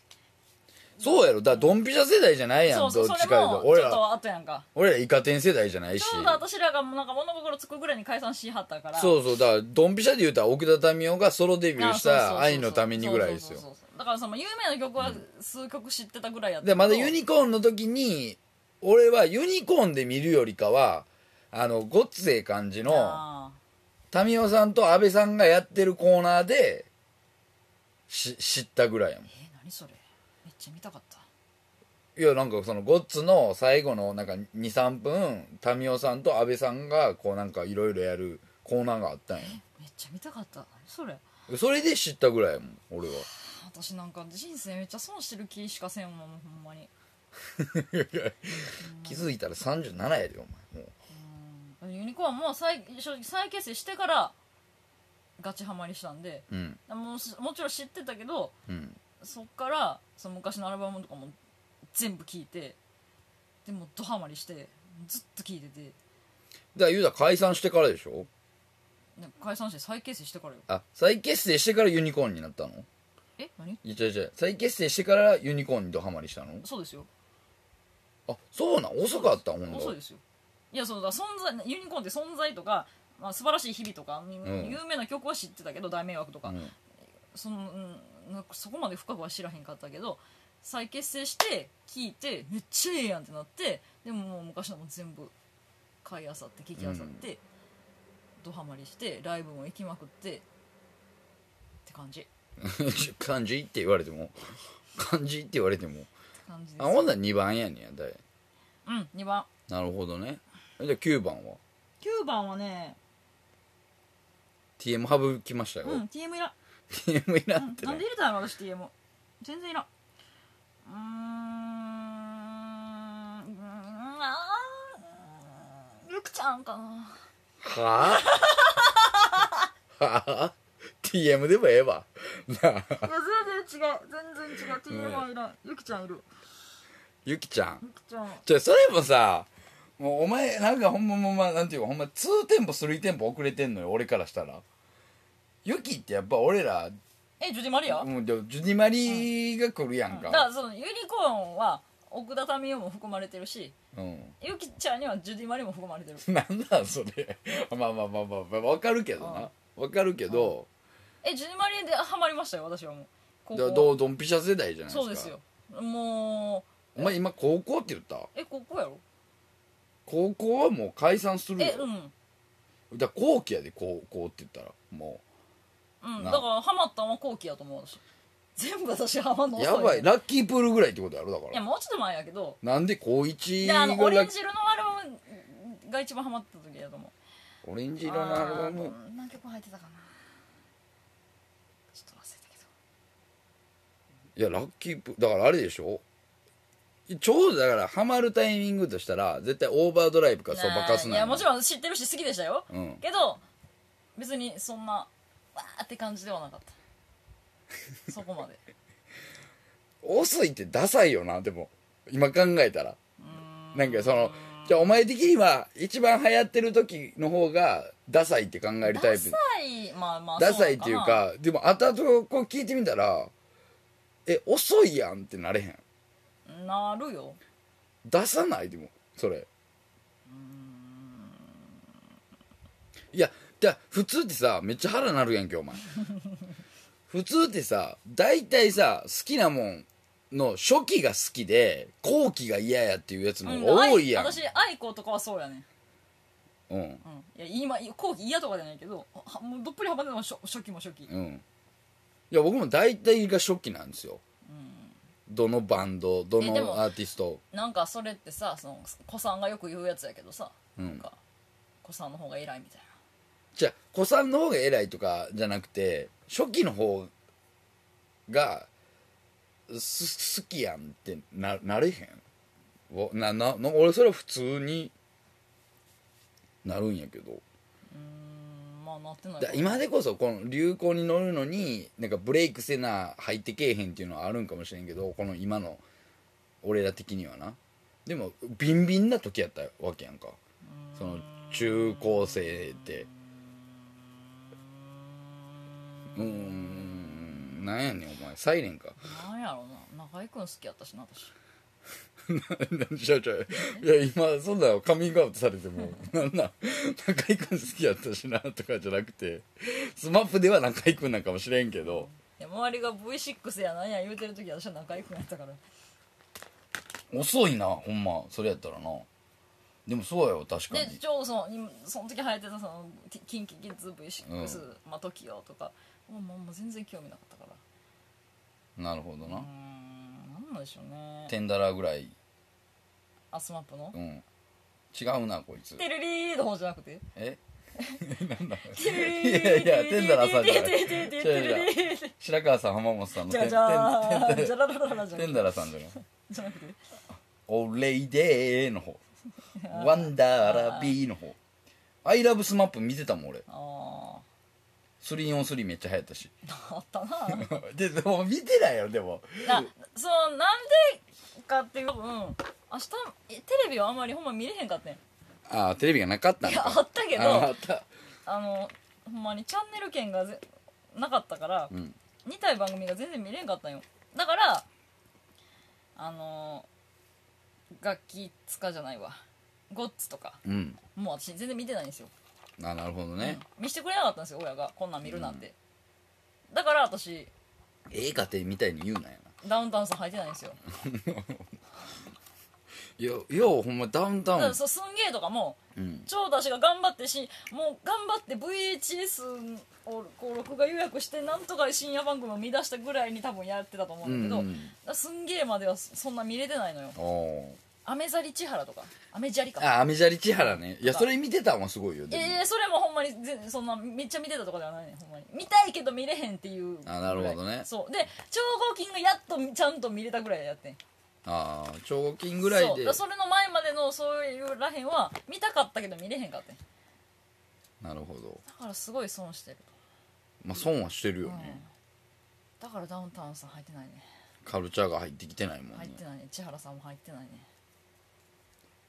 [SPEAKER 1] そうやろ、だからドンピシャ世代じゃないやん、
[SPEAKER 2] そうそ
[SPEAKER 1] ど
[SPEAKER 2] うそ
[SPEAKER 1] っ
[SPEAKER 2] れ
[SPEAKER 1] ちかいう
[SPEAKER 2] も
[SPEAKER 1] と。
[SPEAKER 2] ち
[SPEAKER 1] 俺
[SPEAKER 2] ょっ
[SPEAKER 1] ら、
[SPEAKER 2] と後やんか
[SPEAKER 1] 俺らイカ天世代じゃない
[SPEAKER 2] ち
[SPEAKER 1] し。
[SPEAKER 2] ょうど私らがもうなんか物心つくぐらいに解散しはったから
[SPEAKER 1] そうそうだからドンピシャで言うたら奥田民生がソロデビューし
[SPEAKER 2] あそうそうそうそ
[SPEAKER 1] た「
[SPEAKER 2] う
[SPEAKER 1] 愛のために」ぐらいですよ
[SPEAKER 2] そうそうそうそうだからその有名な曲は数曲知ってたぐらいやったけ
[SPEAKER 1] で
[SPEAKER 2] ど
[SPEAKER 1] まだユニコーンの時に俺はユニコーンで見るよりかはあのごっつええ感じの
[SPEAKER 2] あ
[SPEAKER 1] 民生さんと安倍さんがやってるコーナーでし知ったぐらいやもん
[SPEAKER 2] ーえー、何それめっちゃ見たかった
[SPEAKER 1] いやなんかそのゴッツの最後のなんか23分民生さんと安倍さんがこうなんかいろいろやるコーナーがあったんや
[SPEAKER 2] めっちゃ見たかった何それ
[SPEAKER 1] それで知ったぐらいやもん俺は
[SPEAKER 2] 私なんか人生めっちゃ損してる気しかせんもんほんまに
[SPEAKER 1] 気づいたら37やでお前もう
[SPEAKER 2] ユニコーンはもう再正直再結成してからガチハマりしたんで
[SPEAKER 1] うん
[SPEAKER 2] もうしもちろん知ってたけど
[SPEAKER 1] うん
[SPEAKER 2] そっからその昔のアルバムとかも全部聴いてでもうドハマりしてずっと聴いてて
[SPEAKER 1] だから言うたら解散してからでしょ
[SPEAKER 2] なんか解散して再結成してからよ
[SPEAKER 1] あ再結成してからユニコーンになったの
[SPEAKER 2] え何
[SPEAKER 1] いや違う違う再結成してからユニコーンにドハマりしたの
[SPEAKER 2] そうですよ
[SPEAKER 1] あそうなん遅かったほんと
[SPEAKER 2] 遅いですよいやそうだ存在ユニコーンって存在とか、まあ、素晴らしい日々とか、
[SPEAKER 1] ん
[SPEAKER 2] 有名な曲は知ってたけど大迷惑とか、
[SPEAKER 1] うん
[SPEAKER 2] そのうんなんかそこまで深くは知らへんかったけど再結成して聴いてめっちゃええやんってなってでももう昔のも全部買いあさって聴きあさって、ドハマりしてライブも行きまくってって感じって
[SPEAKER 1] 漢字って言われても漢字って言われても
[SPEAKER 2] 感じで
[SPEAKER 1] あほん
[SPEAKER 2] す
[SPEAKER 1] なら2番やねや誰
[SPEAKER 2] うん2番
[SPEAKER 1] なるほどねじゃあ9番は
[SPEAKER 2] 9番はね
[SPEAKER 1] TM 省きましたよ、
[SPEAKER 2] うん TM いらん
[SPEAKER 1] TM いら
[SPEAKER 2] うんん
[SPEAKER 1] って
[SPEAKER 2] なん
[SPEAKER 1] ね
[SPEAKER 2] で入れたの私 TM 全然いらんうーんうーんあーうーんルクちゃんかな
[SPEAKER 1] はあ はあ TM でもええわなあ
[SPEAKER 2] いや全然違う全然違う TM はいらんゆきちゃんいる
[SPEAKER 1] ゆきちゃん
[SPEAKER 2] ゆきちゃん
[SPEAKER 1] じゃそれもさもうお前なんかほんまほんまなんていうかほんま2店舗3店舗遅れてんのよ俺からしたらユキってやっぱ俺ら
[SPEAKER 2] えジョジマリア、
[SPEAKER 1] もうジュニマリが来るやん
[SPEAKER 2] だから
[SPEAKER 1] か
[SPEAKER 2] そのユニコーンは奥田民生も含まれてるし
[SPEAKER 1] うん
[SPEAKER 2] ゆきちゃんにはジュディ・マリも含まれてる
[SPEAKER 1] なんなんそれまあまあまあまあまあわかるけどなわかるけど
[SPEAKER 2] えジュディ・マリでハマりましたよ私はもう高
[SPEAKER 1] だからどうドンピシャ世代じゃないですか
[SPEAKER 2] そうですよも
[SPEAKER 1] お前今高校って言った
[SPEAKER 2] うえここやろ
[SPEAKER 1] 高校はもう解散するよ
[SPEAKER 2] えうん
[SPEAKER 1] だから後期やで高校って言ったらも
[SPEAKER 2] うん
[SPEAKER 1] な
[SPEAKER 2] だからハマったんは後期やと思う私全部私ハマんの
[SPEAKER 1] う
[SPEAKER 2] 遅い
[SPEAKER 1] やばい
[SPEAKER 2] い
[SPEAKER 1] ラッキープールぐらいってことやろだから
[SPEAKER 2] やもうちょっと前やけど
[SPEAKER 1] なんで高1
[SPEAKER 2] であの
[SPEAKER 1] が
[SPEAKER 2] オレ
[SPEAKER 1] ラ
[SPEAKER 2] ン
[SPEAKER 1] ッキ
[SPEAKER 2] ジ色のアルバムが一番ハマった時やと思う
[SPEAKER 1] ーオレンジ色のアルバム
[SPEAKER 2] あー何曲入ってたかなちょっと忘れたけど
[SPEAKER 1] いやラッキープだからあれでしょちょうどだからハマるタイミングとしたら絶対オーバードライブかそばかす
[SPEAKER 2] い
[SPEAKER 1] な
[SPEAKER 2] やもち
[SPEAKER 1] ん
[SPEAKER 2] ろん知ってるし好きでしたよ、
[SPEAKER 1] うん
[SPEAKER 2] けど別にそんなわーって感じではな かったそこまで
[SPEAKER 1] 遅いってダサいよなでも今考えたらなんかそのじゃあお前的には一番流行ってる時の方がダサいって考えるタイプ
[SPEAKER 2] ダサいまあまあ
[SPEAKER 1] ダサいっていう
[SPEAKER 2] そなの
[SPEAKER 1] かでも後々こう聞いてみたらえ遅いやんってなれへん
[SPEAKER 2] ななるよ
[SPEAKER 1] 出さないでもそれいやじゃあ普通ってさめっちゃ腹なるやんけお 前普通ってさ大体さ好きなもんの初期が好きで後期が嫌やっていうやつの方が多いやん、
[SPEAKER 2] うん私愛子とかはそうやね
[SPEAKER 1] うん
[SPEAKER 2] うんいや今後期嫌とかじゃないけどはもうどっぷりハマってたのは初初期も初期、
[SPEAKER 1] うんいや僕も大体が初期なんですよ、どのバンドど
[SPEAKER 2] えでも
[SPEAKER 1] のアーティスト
[SPEAKER 2] なんかそれってさその子さんがよく言うやつやけどさ、
[SPEAKER 1] うん
[SPEAKER 2] なんか子さんの方が偉いみたいな
[SPEAKER 1] じゃあ子さんの方が偉いとかじゃなくて初期の方がす好きやんってななれへんわななな俺それは普通になるんやけど
[SPEAKER 2] うんまあなってない
[SPEAKER 1] だ今でこそこの流行に乗るのになんかブレイクせな入ってけえへんっていうのはあるんかもしれんけどこの今の俺ら的にはなでもビンビンな時やったわけやんかその中高生ってうーんなんやねんお前サイレンか
[SPEAKER 2] なんやろうな中居君好きやったしな私
[SPEAKER 1] ちゃうちゃういや今そんなカミングアウトされても なんなん中居君好きやったしなとかじゃなくてスマップでは中居君なんかもしれんけど、
[SPEAKER 2] いや周りが V6 やなんや言うてる時私は中居君やったから
[SPEAKER 1] 遅いなほんまそれやったらなでもそうやよ確か
[SPEAKER 2] で
[SPEAKER 1] に
[SPEAKER 2] ちょうどその今その時流行ってたその KinKiKidsV6、
[SPEAKER 1] う
[SPEAKER 2] まあ、TOKIO とかもうもうもう全然興味なかったから
[SPEAKER 1] なるほどな、
[SPEAKER 2] うーんなんなんでしょうね
[SPEAKER 1] テンダラーぐらい
[SPEAKER 2] あスマップの
[SPEAKER 1] うん違うなこいつ
[SPEAKER 2] テレリーの方じゃなくて
[SPEAKER 1] え
[SPEAKER 2] テレ
[SPEAKER 1] い
[SPEAKER 2] リー
[SPEAKER 1] やいやテンダラーさんじゃない
[SPEAKER 2] テレリー
[SPEAKER 1] 違う違う
[SPEAKER 2] テレリー
[SPEAKER 1] 白川さん浜本さんの
[SPEAKER 2] じ
[SPEAKER 1] テンテ
[SPEAKER 2] ゃ
[SPEAKER 1] ン
[SPEAKER 2] じゃーん
[SPEAKER 1] テ
[SPEAKER 2] じゃららららじゃ
[SPEAKER 1] ンテ
[SPEAKER 2] なく
[SPEAKER 1] ン
[SPEAKER 2] て
[SPEAKER 1] ダラーさんじゃない
[SPEAKER 2] じゃなくて
[SPEAKER 1] オレイデーの方ワンダーラビーの方アイラブスマップ見てたもん俺
[SPEAKER 2] あ
[SPEAKER 1] 3on3 めっちゃ流行った し
[SPEAKER 2] ああったな
[SPEAKER 1] ででも見てないよでも
[SPEAKER 2] なそのなんでかっていう多分明日えテレビはあんまりほんま見れへんかったんや
[SPEAKER 1] ああテレビがなかったん
[SPEAKER 2] い
[SPEAKER 1] だ
[SPEAKER 2] やあったけど
[SPEAKER 1] ああ
[SPEAKER 2] あ
[SPEAKER 1] った
[SPEAKER 2] のほんまにチャンネル権がぜなかったから、
[SPEAKER 1] ん
[SPEAKER 2] 見たい番組が全然見れんかったんよだからあの楽器つかじゃないわゴッツとか
[SPEAKER 1] うん
[SPEAKER 2] もう私全然見てないんですよ、
[SPEAKER 1] あなるほどね、
[SPEAKER 2] うん見せてくれなかったんですよ親がこんなん見るなんて、だから私
[SPEAKER 1] ええ家庭みたいに言うなよ
[SPEAKER 2] ダウンタウンさん入ってないんですよ
[SPEAKER 1] ないやようほんまダウンタ
[SPEAKER 2] た
[SPEAKER 1] ウ
[SPEAKER 2] だ
[SPEAKER 1] ン
[SPEAKER 2] そうすんげえとかも
[SPEAKER 1] うん
[SPEAKER 2] 超私が頑張ってしもう頑張って VHS をこう録画予約してなんとか深夜番組を見出したぐらいに多分やってたと思うんだけど、
[SPEAKER 1] うんうん
[SPEAKER 2] だからすんげえまではそんな見れてないのよ
[SPEAKER 1] おお
[SPEAKER 2] アメザリ千原とかアメジャリか
[SPEAKER 1] ーあアメジャリ千原ねいやそれ見てたんはすごいよでも
[SPEAKER 2] えー、それもほんまに全そんなめっちゃ見てたとかではないねほんまに見たいけど見れへんっていう
[SPEAKER 1] あなるほどね
[SPEAKER 2] そうで超合金がやっとちゃんと見れたぐらいやってん
[SPEAKER 1] ああ超合金ぐらい
[SPEAKER 2] そうだ
[SPEAKER 1] で
[SPEAKER 2] からそれの前までのそういうらへんは見たかったけど見れへんかってんだ
[SPEAKER 1] なるほど
[SPEAKER 2] からすごい損してる
[SPEAKER 1] まあ損はしてるよ
[SPEAKER 2] うん
[SPEAKER 1] ね、
[SPEAKER 2] だからダウンタウンさん入ってないね
[SPEAKER 1] カルチャーが入ってきてないもん
[SPEAKER 2] 入っ
[SPEAKER 1] ね
[SPEAKER 2] てないね千原さんも入ってないね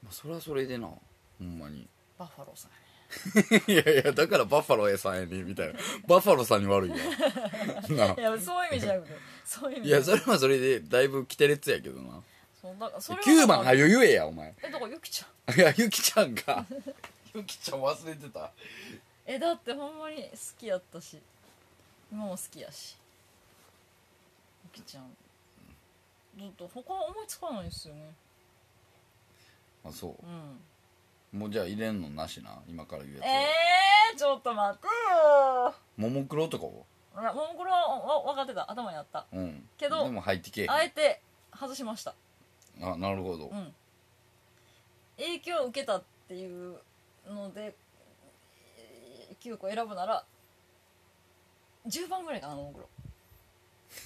[SPEAKER 1] まあ、それはそれでなほんまに
[SPEAKER 2] バッファローさん
[SPEAKER 1] いやいやだからバッファローさんやねみ たいなバッファローさんに悪いわなあ
[SPEAKER 2] いやそういう意味じ ゃなくてそういう意
[SPEAKER 1] い
[SPEAKER 2] 味じゃ
[SPEAKER 1] や
[SPEAKER 2] なくて
[SPEAKER 1] それはそれでだいぶキテレツやけどな
[SPEAKER 2] そうだからそれは
[SPEAKER 1] 9番
[SPEAKER 2] だから
[SPEAKER 1] 早ゆえやお前
[SPEAKER 2] えだからゆきちゃん
[SPEAKER 1] いやゆきちゃんか ゆきちゃん忘れてた
[SPEAKER 2] えだってほんまに好きやったし今も好きやしゆきちゃんちょっと他思いつかないですよね
[SPEAKER 1] あそ
[SPEAKER 2] うん
[SPEAKER 1] うもうじゃあ入れんのなしな今から言うやつは
[SPEAKER 2] えー、ちょっと待ってよ
[SPEAKER 1] ももクロとかは
[SPEAKER 2] ほらもうこれは分かってた頭にあった
[SPEAKER 1] うん
[SPEAKER 2] けど
[SPEAKER 1] でも入ってけえへん
[SPEAKER 2] あえて外しました
[SPEAKER 1] あなるほど、
[SPEAKER 2] うん影響を受けたっていうのでえー9個選ぶなら10番ぐらいかなモングロ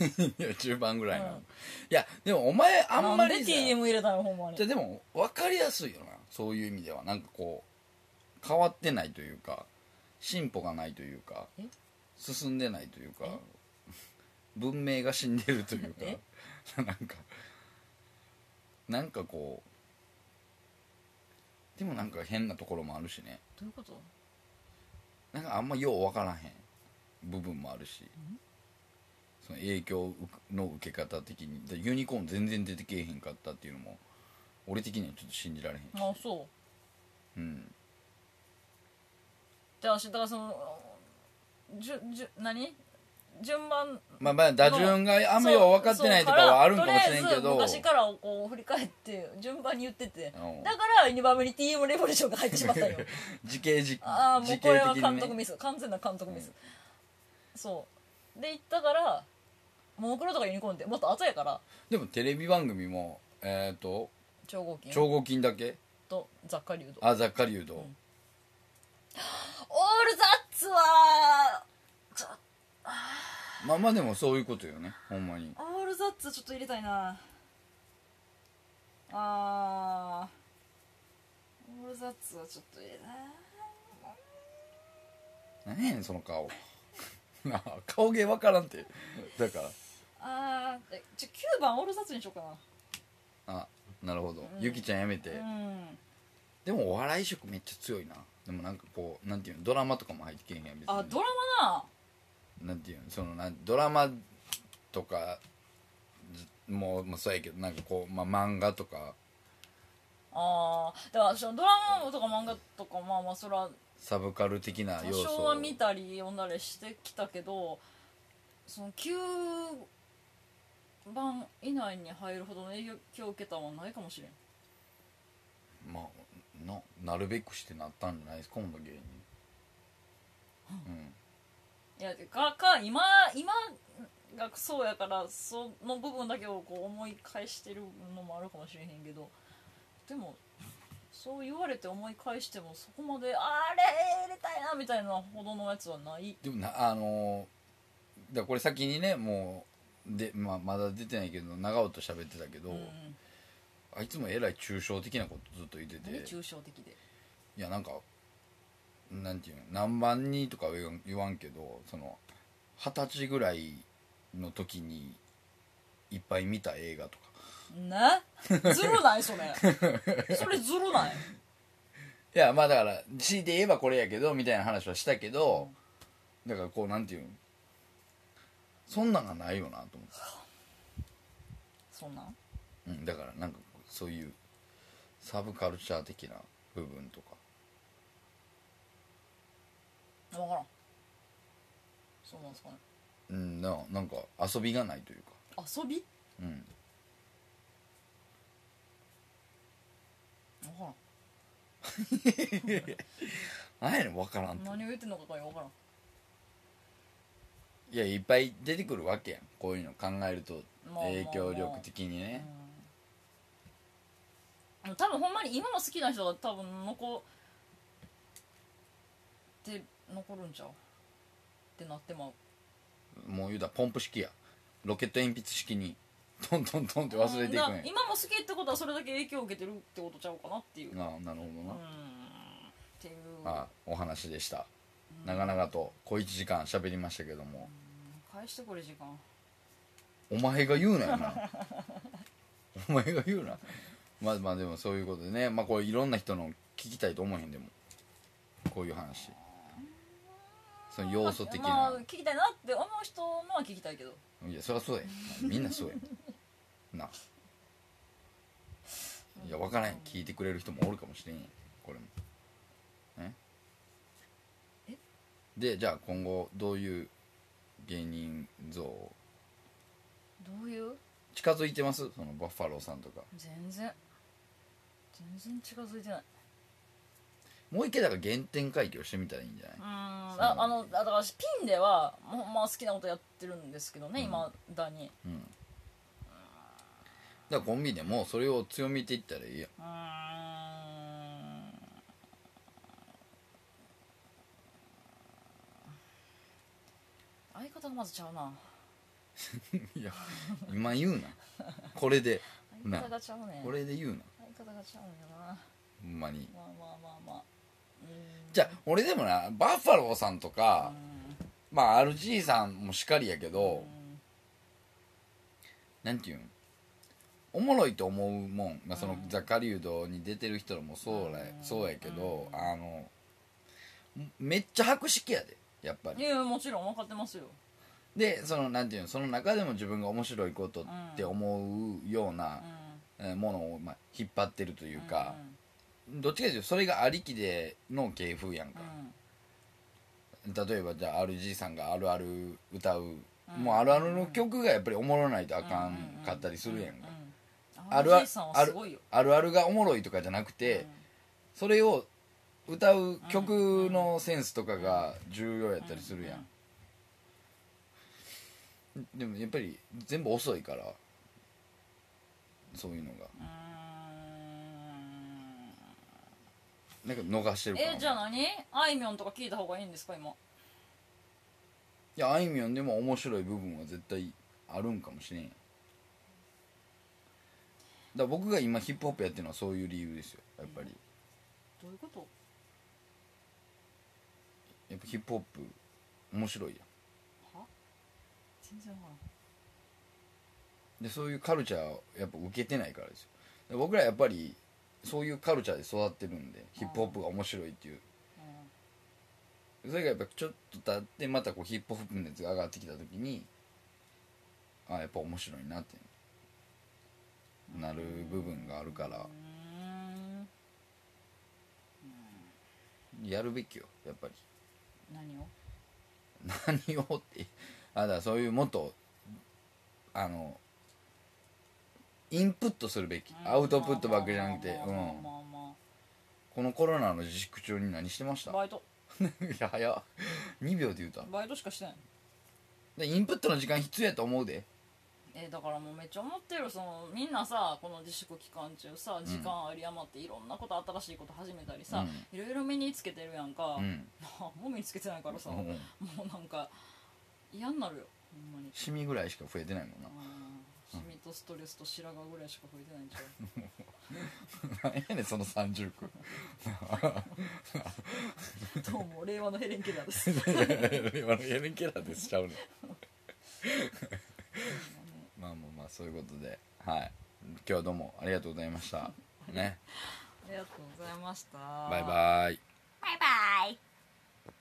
[SPEAKER 1] いや中盤ぐらいなの、
[SPEAKER 2] うん
[SPEAKER 1] いやでもお前あんま
[SPEAKER 2] な
[SPEAKER 1] り
[SPEAKER 2] ん
[SPEAKER 1] さ
[SPEAKER 2] で TM 入れたのほんまに
[SPEAKER 1] じゃあでも分かりやすいよなそういう意味ではなんかこう変わってないというか進歩がないというか
[SPEAKER 2] え
[SPEAKER 1] 進んでないというか
[SPEAKER 2] え
[SPEAKER 1] 文明が死んでるというか
[SPEAKER 2] え
[SPEAKER 1] なんかなんかこうでもなんか変なところもあるしね
[SPEAKER 2] どういうこと
[SPEAKER 1] なんかあんまよう分からへん部分もあるしその影響の受け方的にでユニコーン全然出てけえへんかったっていうのも俺的にはちょっと信じられへんし
[SPEAKER 2] あそう
[SPEAKER 1] うん
[SPEAKER 2] じゃあ私だからそのじゅじゅ何順番
[SPEAKER 1] まあまあ打順が雨を分かってないとかはあるんかもしれんけ
[SPEAKER 2] そうか
[SPEAKER 1] ど
[SPEAKER 2] らとりあえず昔からをこう振り返って順番に言ってて
[SPEAKER 1] うん
[SPEAKER 2] だから2番目に TM レボリューションが入ってしまったよ
[SPEAKER 1] 時系時
[SPEAKER 2] ああもう
[SPEAKER 1] 時
[SPEAKER 2] これ
[SPEAKER 1] 系
[SPEAKER 2] は
[SPEAKER 1] 的に
[SPEAKER 2] 監
[SPEAKER 1] ね
[SPEAKER 2] 督ミス完全な監督ミス、
[SPEAKER 1] うん
[SPEAKER 2] そうで行ったからももクロとかユニコーンってもっと後やから
[SPEAKER 1] でもテレビ番組もえっ、と
[SPEAKER 2] 超合金
[SPEAKER 1] 超合金だけ
[SPEAKER 2] と雑貨流動オール
[SPEAKER 1] あ雑貨流動、
[SPEAKER 2] んザッツはちょ
[SPEAKER 1] まあまあでもそういうことよねほんまに
[SPEAKER 2] オールザッツはちょっと入れたいなあーオールザッツはちょっと入れたい
[SPEAKER 1] 何やねんその顔なあ顔芸分からんてだから
[SPEAKER 2] あーえちょ9番オールザッツにしようか
[SPEAKER 1] あなるほど、ゆきちゃんやめて、
[SPEAKER 2] なうん
[SPEAKER 1] でもお笑い色めっちゃ強いなでもなんかこうなんていうのドラマとかも入ってけえへんやん別に
[SPEAKER 2] あドラマな
[SPEAKER 1] なんていうのそのなんドラマとかずもうもうそうやけどなんかこう、まあ、漫画とか
[SPEAKER 2] ああだからそのドラマとか漫画とかまあまあそれは
[SPEAKER 1] サブカル的な
[SPEAKER 2] 多
[SPEAKER 1] 要素
[SPEAKER 2] 少は見たり読んだりしてきたけどその9番以内に入るほどの影響を受けたもんないかもしれん
[SPEAKER 1] まあななるべくしてなったんじゃないですか今度芸人うん
[SPEAKER 2] いやかか今今がそうやからその部分だけをこう思い返してるのもあるかもしれへんけどでもそう言われて思い返してもそこまであれ入れたいなみたいなほどのやつはない
[SPEAKER 1] でもなあのーだからこれ先にねもうで、まあ、まだ出てないけど長尾と喋ってたけど、
[SPEAKER 2] うん
[SPEAKER 1] あいつもえらい抽象的なことずっと言って
[SPEAKER 2] 何
[SPEAKER 1] て
[SPEAKER 2] 抽象的で
[SPEAKER 1] いやなんかなんていうの何番にとかは言わん言わんけどその二十歳ぐらいの時にいっぱい見た映画とか
[SPEAKER 2] ねずるないそれそれずるない
[SPEAKER 1] いやまあだから強いて言えばこれやけどみたいな話はしたけど、だからこうなんていうのそんなんがないよなと思って
[SPEAKER 2] そんなん
[SPEAKER 1] うん、だからなんかそういうサブカルチャー的な部分とか
[SPEAKER 2] 分からんそうなんですかね
[SPEAKER 1] うんななんか遊びがないというか
[SPEAKER 2] 遊び
[SPEAKER 1] うん
[SPEAKER 2] 分からん
[SPEAKER 1] 何やねん分からんって
[SPEAKER 2] 何を言ってんのかが分からん
[SPEAKER 1] いやいっぱい出てくるわけやんこういうの考えると
[SPEAKER 2] まあ
[SPEAKER 1] 影響力的にね
[SPEAKER 2] うん多分ほんまに今の好きな人が多分残って残るんちゃうってなってまう
[SPEAKER 1] もう言うたらポンプ式やロケット鉛筆式にトントントンって忘れていく
[SPEAKER 2] うんだ
[SPEAKER 1] ね
[SPEAKER 2] 今も好きってことはそれだけ影響を受けてるってことちゃうかなっていううんん
[SPEAKER 1] ああなるほどな、
[SPEAKER 2] っていう
[SPEAKER 1] あお話でした長々と小1時間喋りましたけども
[SPEAKER 2] 返してこれ時間
[SPEAKER 1] お前が言うなよな お前が言うなまあまあでもそういうことでねまあこれいろんな人の聞きたいと思えへんでもこういう話その要素的な、
[SPEAKER 2] まあ、聞きたいなって思う人のは聞きたいけど
[SPEAKER 1] いやそりゃそうやみんなそうやなあいや分からへん聞いてくれる人もおるかもしれんやんこれもね
[SPEAKER 2] え
[SPEAKER 1] でじゃあ今後どういう芸人像
[SPEAKER 2] どういう
[SPEAKER 1] 近づいてますそのバッファローさんとか
[SPEAKER 2] 全然全然近づいてない
[SPEAKER 1] もう一回だから原点回帰をしてみたらいいんじゃない、
[SPEAKER 2] うんああのあだからピンではもうまあ好きなことやってるんですけどね、
[SPEAKER 1] うん
[SPEAKER 2] 今だに
[SPEAKER 1] うんだからコンビでもそれを強めていったらいいやん
[SPEAKER 2] うーん相方がまずちゃうない
[SPEAKER 1] や今言うなこれでな
[SPEAKER 2] 相方がちゃうね
[SPEAKER 1] これで言うな
[SPEAKER 2] 相方がちゃうんよな
[SPEAKER 1] ほんまに
[SPEAKER 2] まあまあまあまあうーん
[SPEAKER 1] じゃあ俺でもなバッファローさんとか
[SPEAKER 2] う、ん
[SPEAKER 1] まあ RG さんもしかりやけど、
[SPEAKER 2] うん
[SPEAKER 1] なんていうんおもろいと思うもん、まあ、その
[SPEAKER 2] うん
[SPEAKER 1] ザカリウドに出てる人らもそうら
[SPEAKER 2] うん
[SPEAKER 1] そうやけど、
[SPEAKER 2] うん
[SPEAKER 1] あのめっちゃ博識やでやっぱ
[SPEAKER 2] い
[SPEAKER 1] り
[SPEAKER 2] やいやもちろん分かってますよ
[SPEAKER 1] でそのなんていうんその中でも自分が面白いことって思うよう
[SPEAKER 2] う
[SPEAKER 1] なんえーものを、まあ、引っ張ってるというか
[SPEAKER 2] う、ん
[SPEAKER 1] どっちかというとそれがありきでの芸風やん
[SPEAKER 2] う
[SPEAKER 1] か、
[SPEAKER 2] ん
[SPEAKER 1] 例えばじゃあ RG さんがあるある歌う、
[SPEAKER 2] うん
[SPEAKER 1] もうあるあるの曲がやっぱりおもろないとあかんかったりするやんか、
[SPEAKER 2] うん
[SPEAKER 1] あるあ
[SPEAKER 2] RG さんはすごいよ
[SPEAKER 1] あるあるがおもろいとかじゃなくて、それを歌う曲のセンスとかが重要やったりするやん、でもやっぱり全部遅いからそういうのが
[SPEAKER 2] うんう
[SPEAKER 1] な
[SPEAKER 2] ん
[SPEAKER 1] んか逃してるから
[SPEAKER 2] えじゃあ何あいみょんとか聞いた方がいいんですか今
[SPEAKER 1] いやあいみょんでも面白い部分は絶対あるんかもしれんやんだから僕が今ヒップホップやってるのはそういう理由ですよやっぱり、
[SPEAKER 2] どういうこと
[SPEAKER 1] やっぱヒップホップ面白いや
[SPEAKER 2] は全然わか
[SPEAKER 1] んでそういうカルチャーをやっぱ受けてないからですよで僕らやっぱりそういうカルチャーで育ってるんでヒップホップが面白いっていう
[SPEAKER 2] らん、うん
[SPEAKER 1] それがやっぱちょっと経ってまたこうヒップホップの熱が上がってきた時にあやっぱ面白いなってなる部分があるから
[SPEAKER 2] う
[SPEAKER 1] やるべきよやっぱり
[SPEAKER 2] ーん
[SPEAKER 1] 何
[SPEAKER 2] 何を
[SPEAKER 1] をってあだからそういうもっとあのインプットするべきアウトプットばっかりじゃなくて
[SPEAKER 2] まあ
[SPEAKER 1] う
[SPEAKER 2] まあ
[SPEAKER 1] ん
[SPEAKER 2] まあま
[SPEAKER 1] このコロナの自粛中に何してました
[SPEAKER 2] あ
[SPEAKER 1] い
[SPEAKER 2] バイト
[SPEAKER 1] や 早っ2秒で言うた
[SPEAKER 2] バイトしかしてない
[SPEAKER 1] でインプットの時間必要やと思うで
[SPEAKER 2] えだからもうめっちゃ思ってるそのみんなさこの自粛期間中さ時間有り余っていろんなこと新しいこと始めたりさ、
[SPEAKER 1] う
[SPEAKER 2] いろいろ身につけてるやんか、
[SPEAKER 1] うん
[SPEAKER 2] もう身につけてないからさ、
[SPEAKER 1] う
[SPEAKER 2] も
[SPEAKER 1] ん
[SPEAKER 2] うなんか嫌になるよほんまに
[SPEAKER 1] シミぐらいしか増えてないも んな
[SPEAKER 2] シミとストレスと白髪ぐらいしか増えてないんちゃう
[SPEAKER 1] 何やねんその三重苦
[SPEAKER 2] どうも令和のヘレン・ケラーです
[SPEAKER 1] 今のヘレンケラーでしちゃうねん まあまあまあそういうことではい今日はどうもありがとうございましたね
[SPEAKER 2] ありがとうございました
[SPEAKER 1] バイバイ
[SPEAKER 3] バイバイ